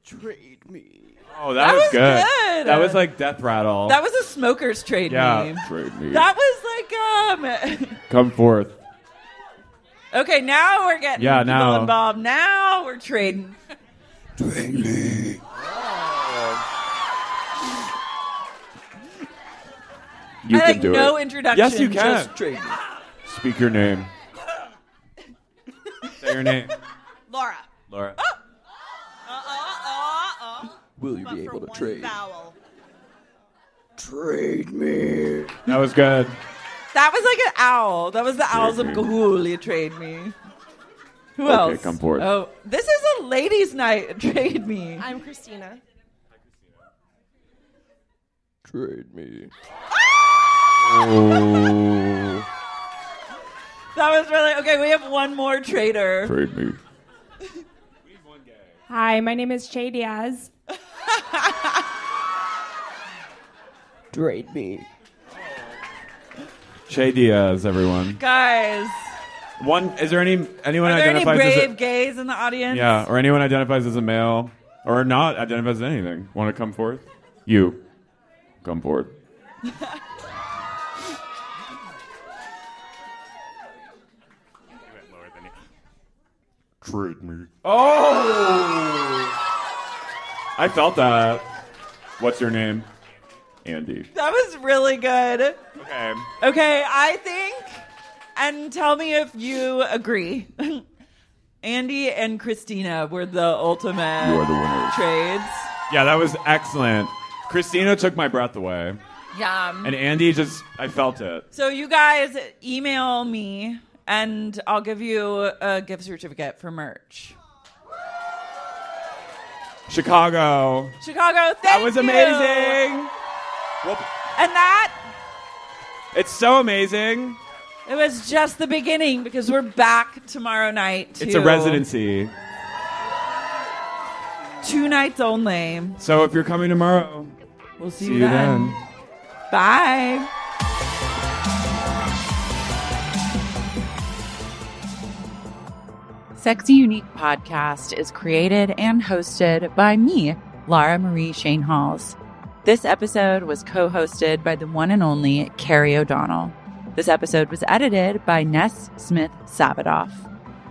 K: Trade me.
C: Oh, that,
D: That
C: was,
D: was
C: good.
D: good.
C: That was like death rattle.
D: That was a smoker's trade
C: yeah.
D: me.
C: Trade me.
D: That was like um.
C: Come forth.
D: okay, now we're getting
C: Yeah,
D: people
C: now.
D: involved. Now we're trading.
C: You
D: I
C: can
D: like
C: do
D: no
C: it.
D: introduction.
C: Yes, you can.
D: Just
J: trade me.
C: Speak your name. Say your name.
D: Laura.
C: Laura.
D: Ah!
J: Will you be able to trade? Trade me.
C: That was good.
D: That was like an owl. That was the owls of Gahulia trade me. Who
C: Okay,
D: else?
C: come forward.
D: Oh, this is a ladies' night. Trade me.
L: I'm Christina.
J: Trade me.
D: Ah! That was really okay. We have one more trader.
C: Trade me.
L: Hi, my name is Che Diaz.
J: Trade me.
C: Che Diaz, everyone.
D: Guys,
C: One. Is there any anyone
D: are there any
C: identifies
D: brave
C: as
D: gays in the
C: a,
D: audience?
C: yeah, or anyone identifies as a male or not identifies as anything? Want to come forth? You, come forth. Trade me. Oh, I felt that. What's your name? Andy.
D: That was really good.
C: Okay.
D: Okay, I think, and tell me if you agree. Andy and Christina were the ultimate
C: You are the winners.
D: trades.
C: Yeah, that was excellent. Christina took my breath away.
D: Yeah.
C: And Andy just, I felt it.
D: So you guys email me, and I'll give you a gift certificate for merch.
C: Chicago.
D: Chicago, thank
C: That was
D: you.
C: amazing.
D: And that
C: It's so amazing.
D: it was just the beginning because we're back tomorrow night.
C: It's
D: to
C: a residency.
D: Two nights only.
C: So if you're coming tomorrow,
D: We'll see,
C: see you then.
D: Bye. Sexy Unique podcast is created and hosted by me, Lara Marie Shane Halls. This episode was co hosted by the one and only Carrie O'Donnell. This episode was edited by Ness Smith Savadoff.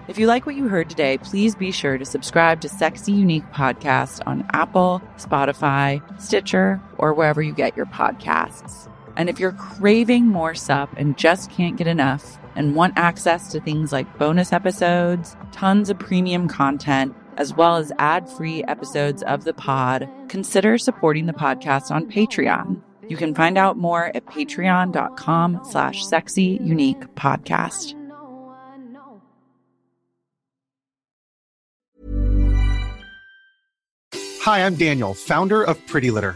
D: If you like what you heard today, please be sure to subscribe to Sexy Unique Podcast on Apple, Spotify, Stitcher, or wherever you get your podcasts. And if you're craving more sup and just can't get enough and want access to things like bonus episodes, tons of premium content, as well as ad free episodes of the pod, consider supporting the podcast on Patreon. You can find out more at patreon.com slash sexy unique podcast.
M: Hi, I'm Daniel, founder of Pretty Litter.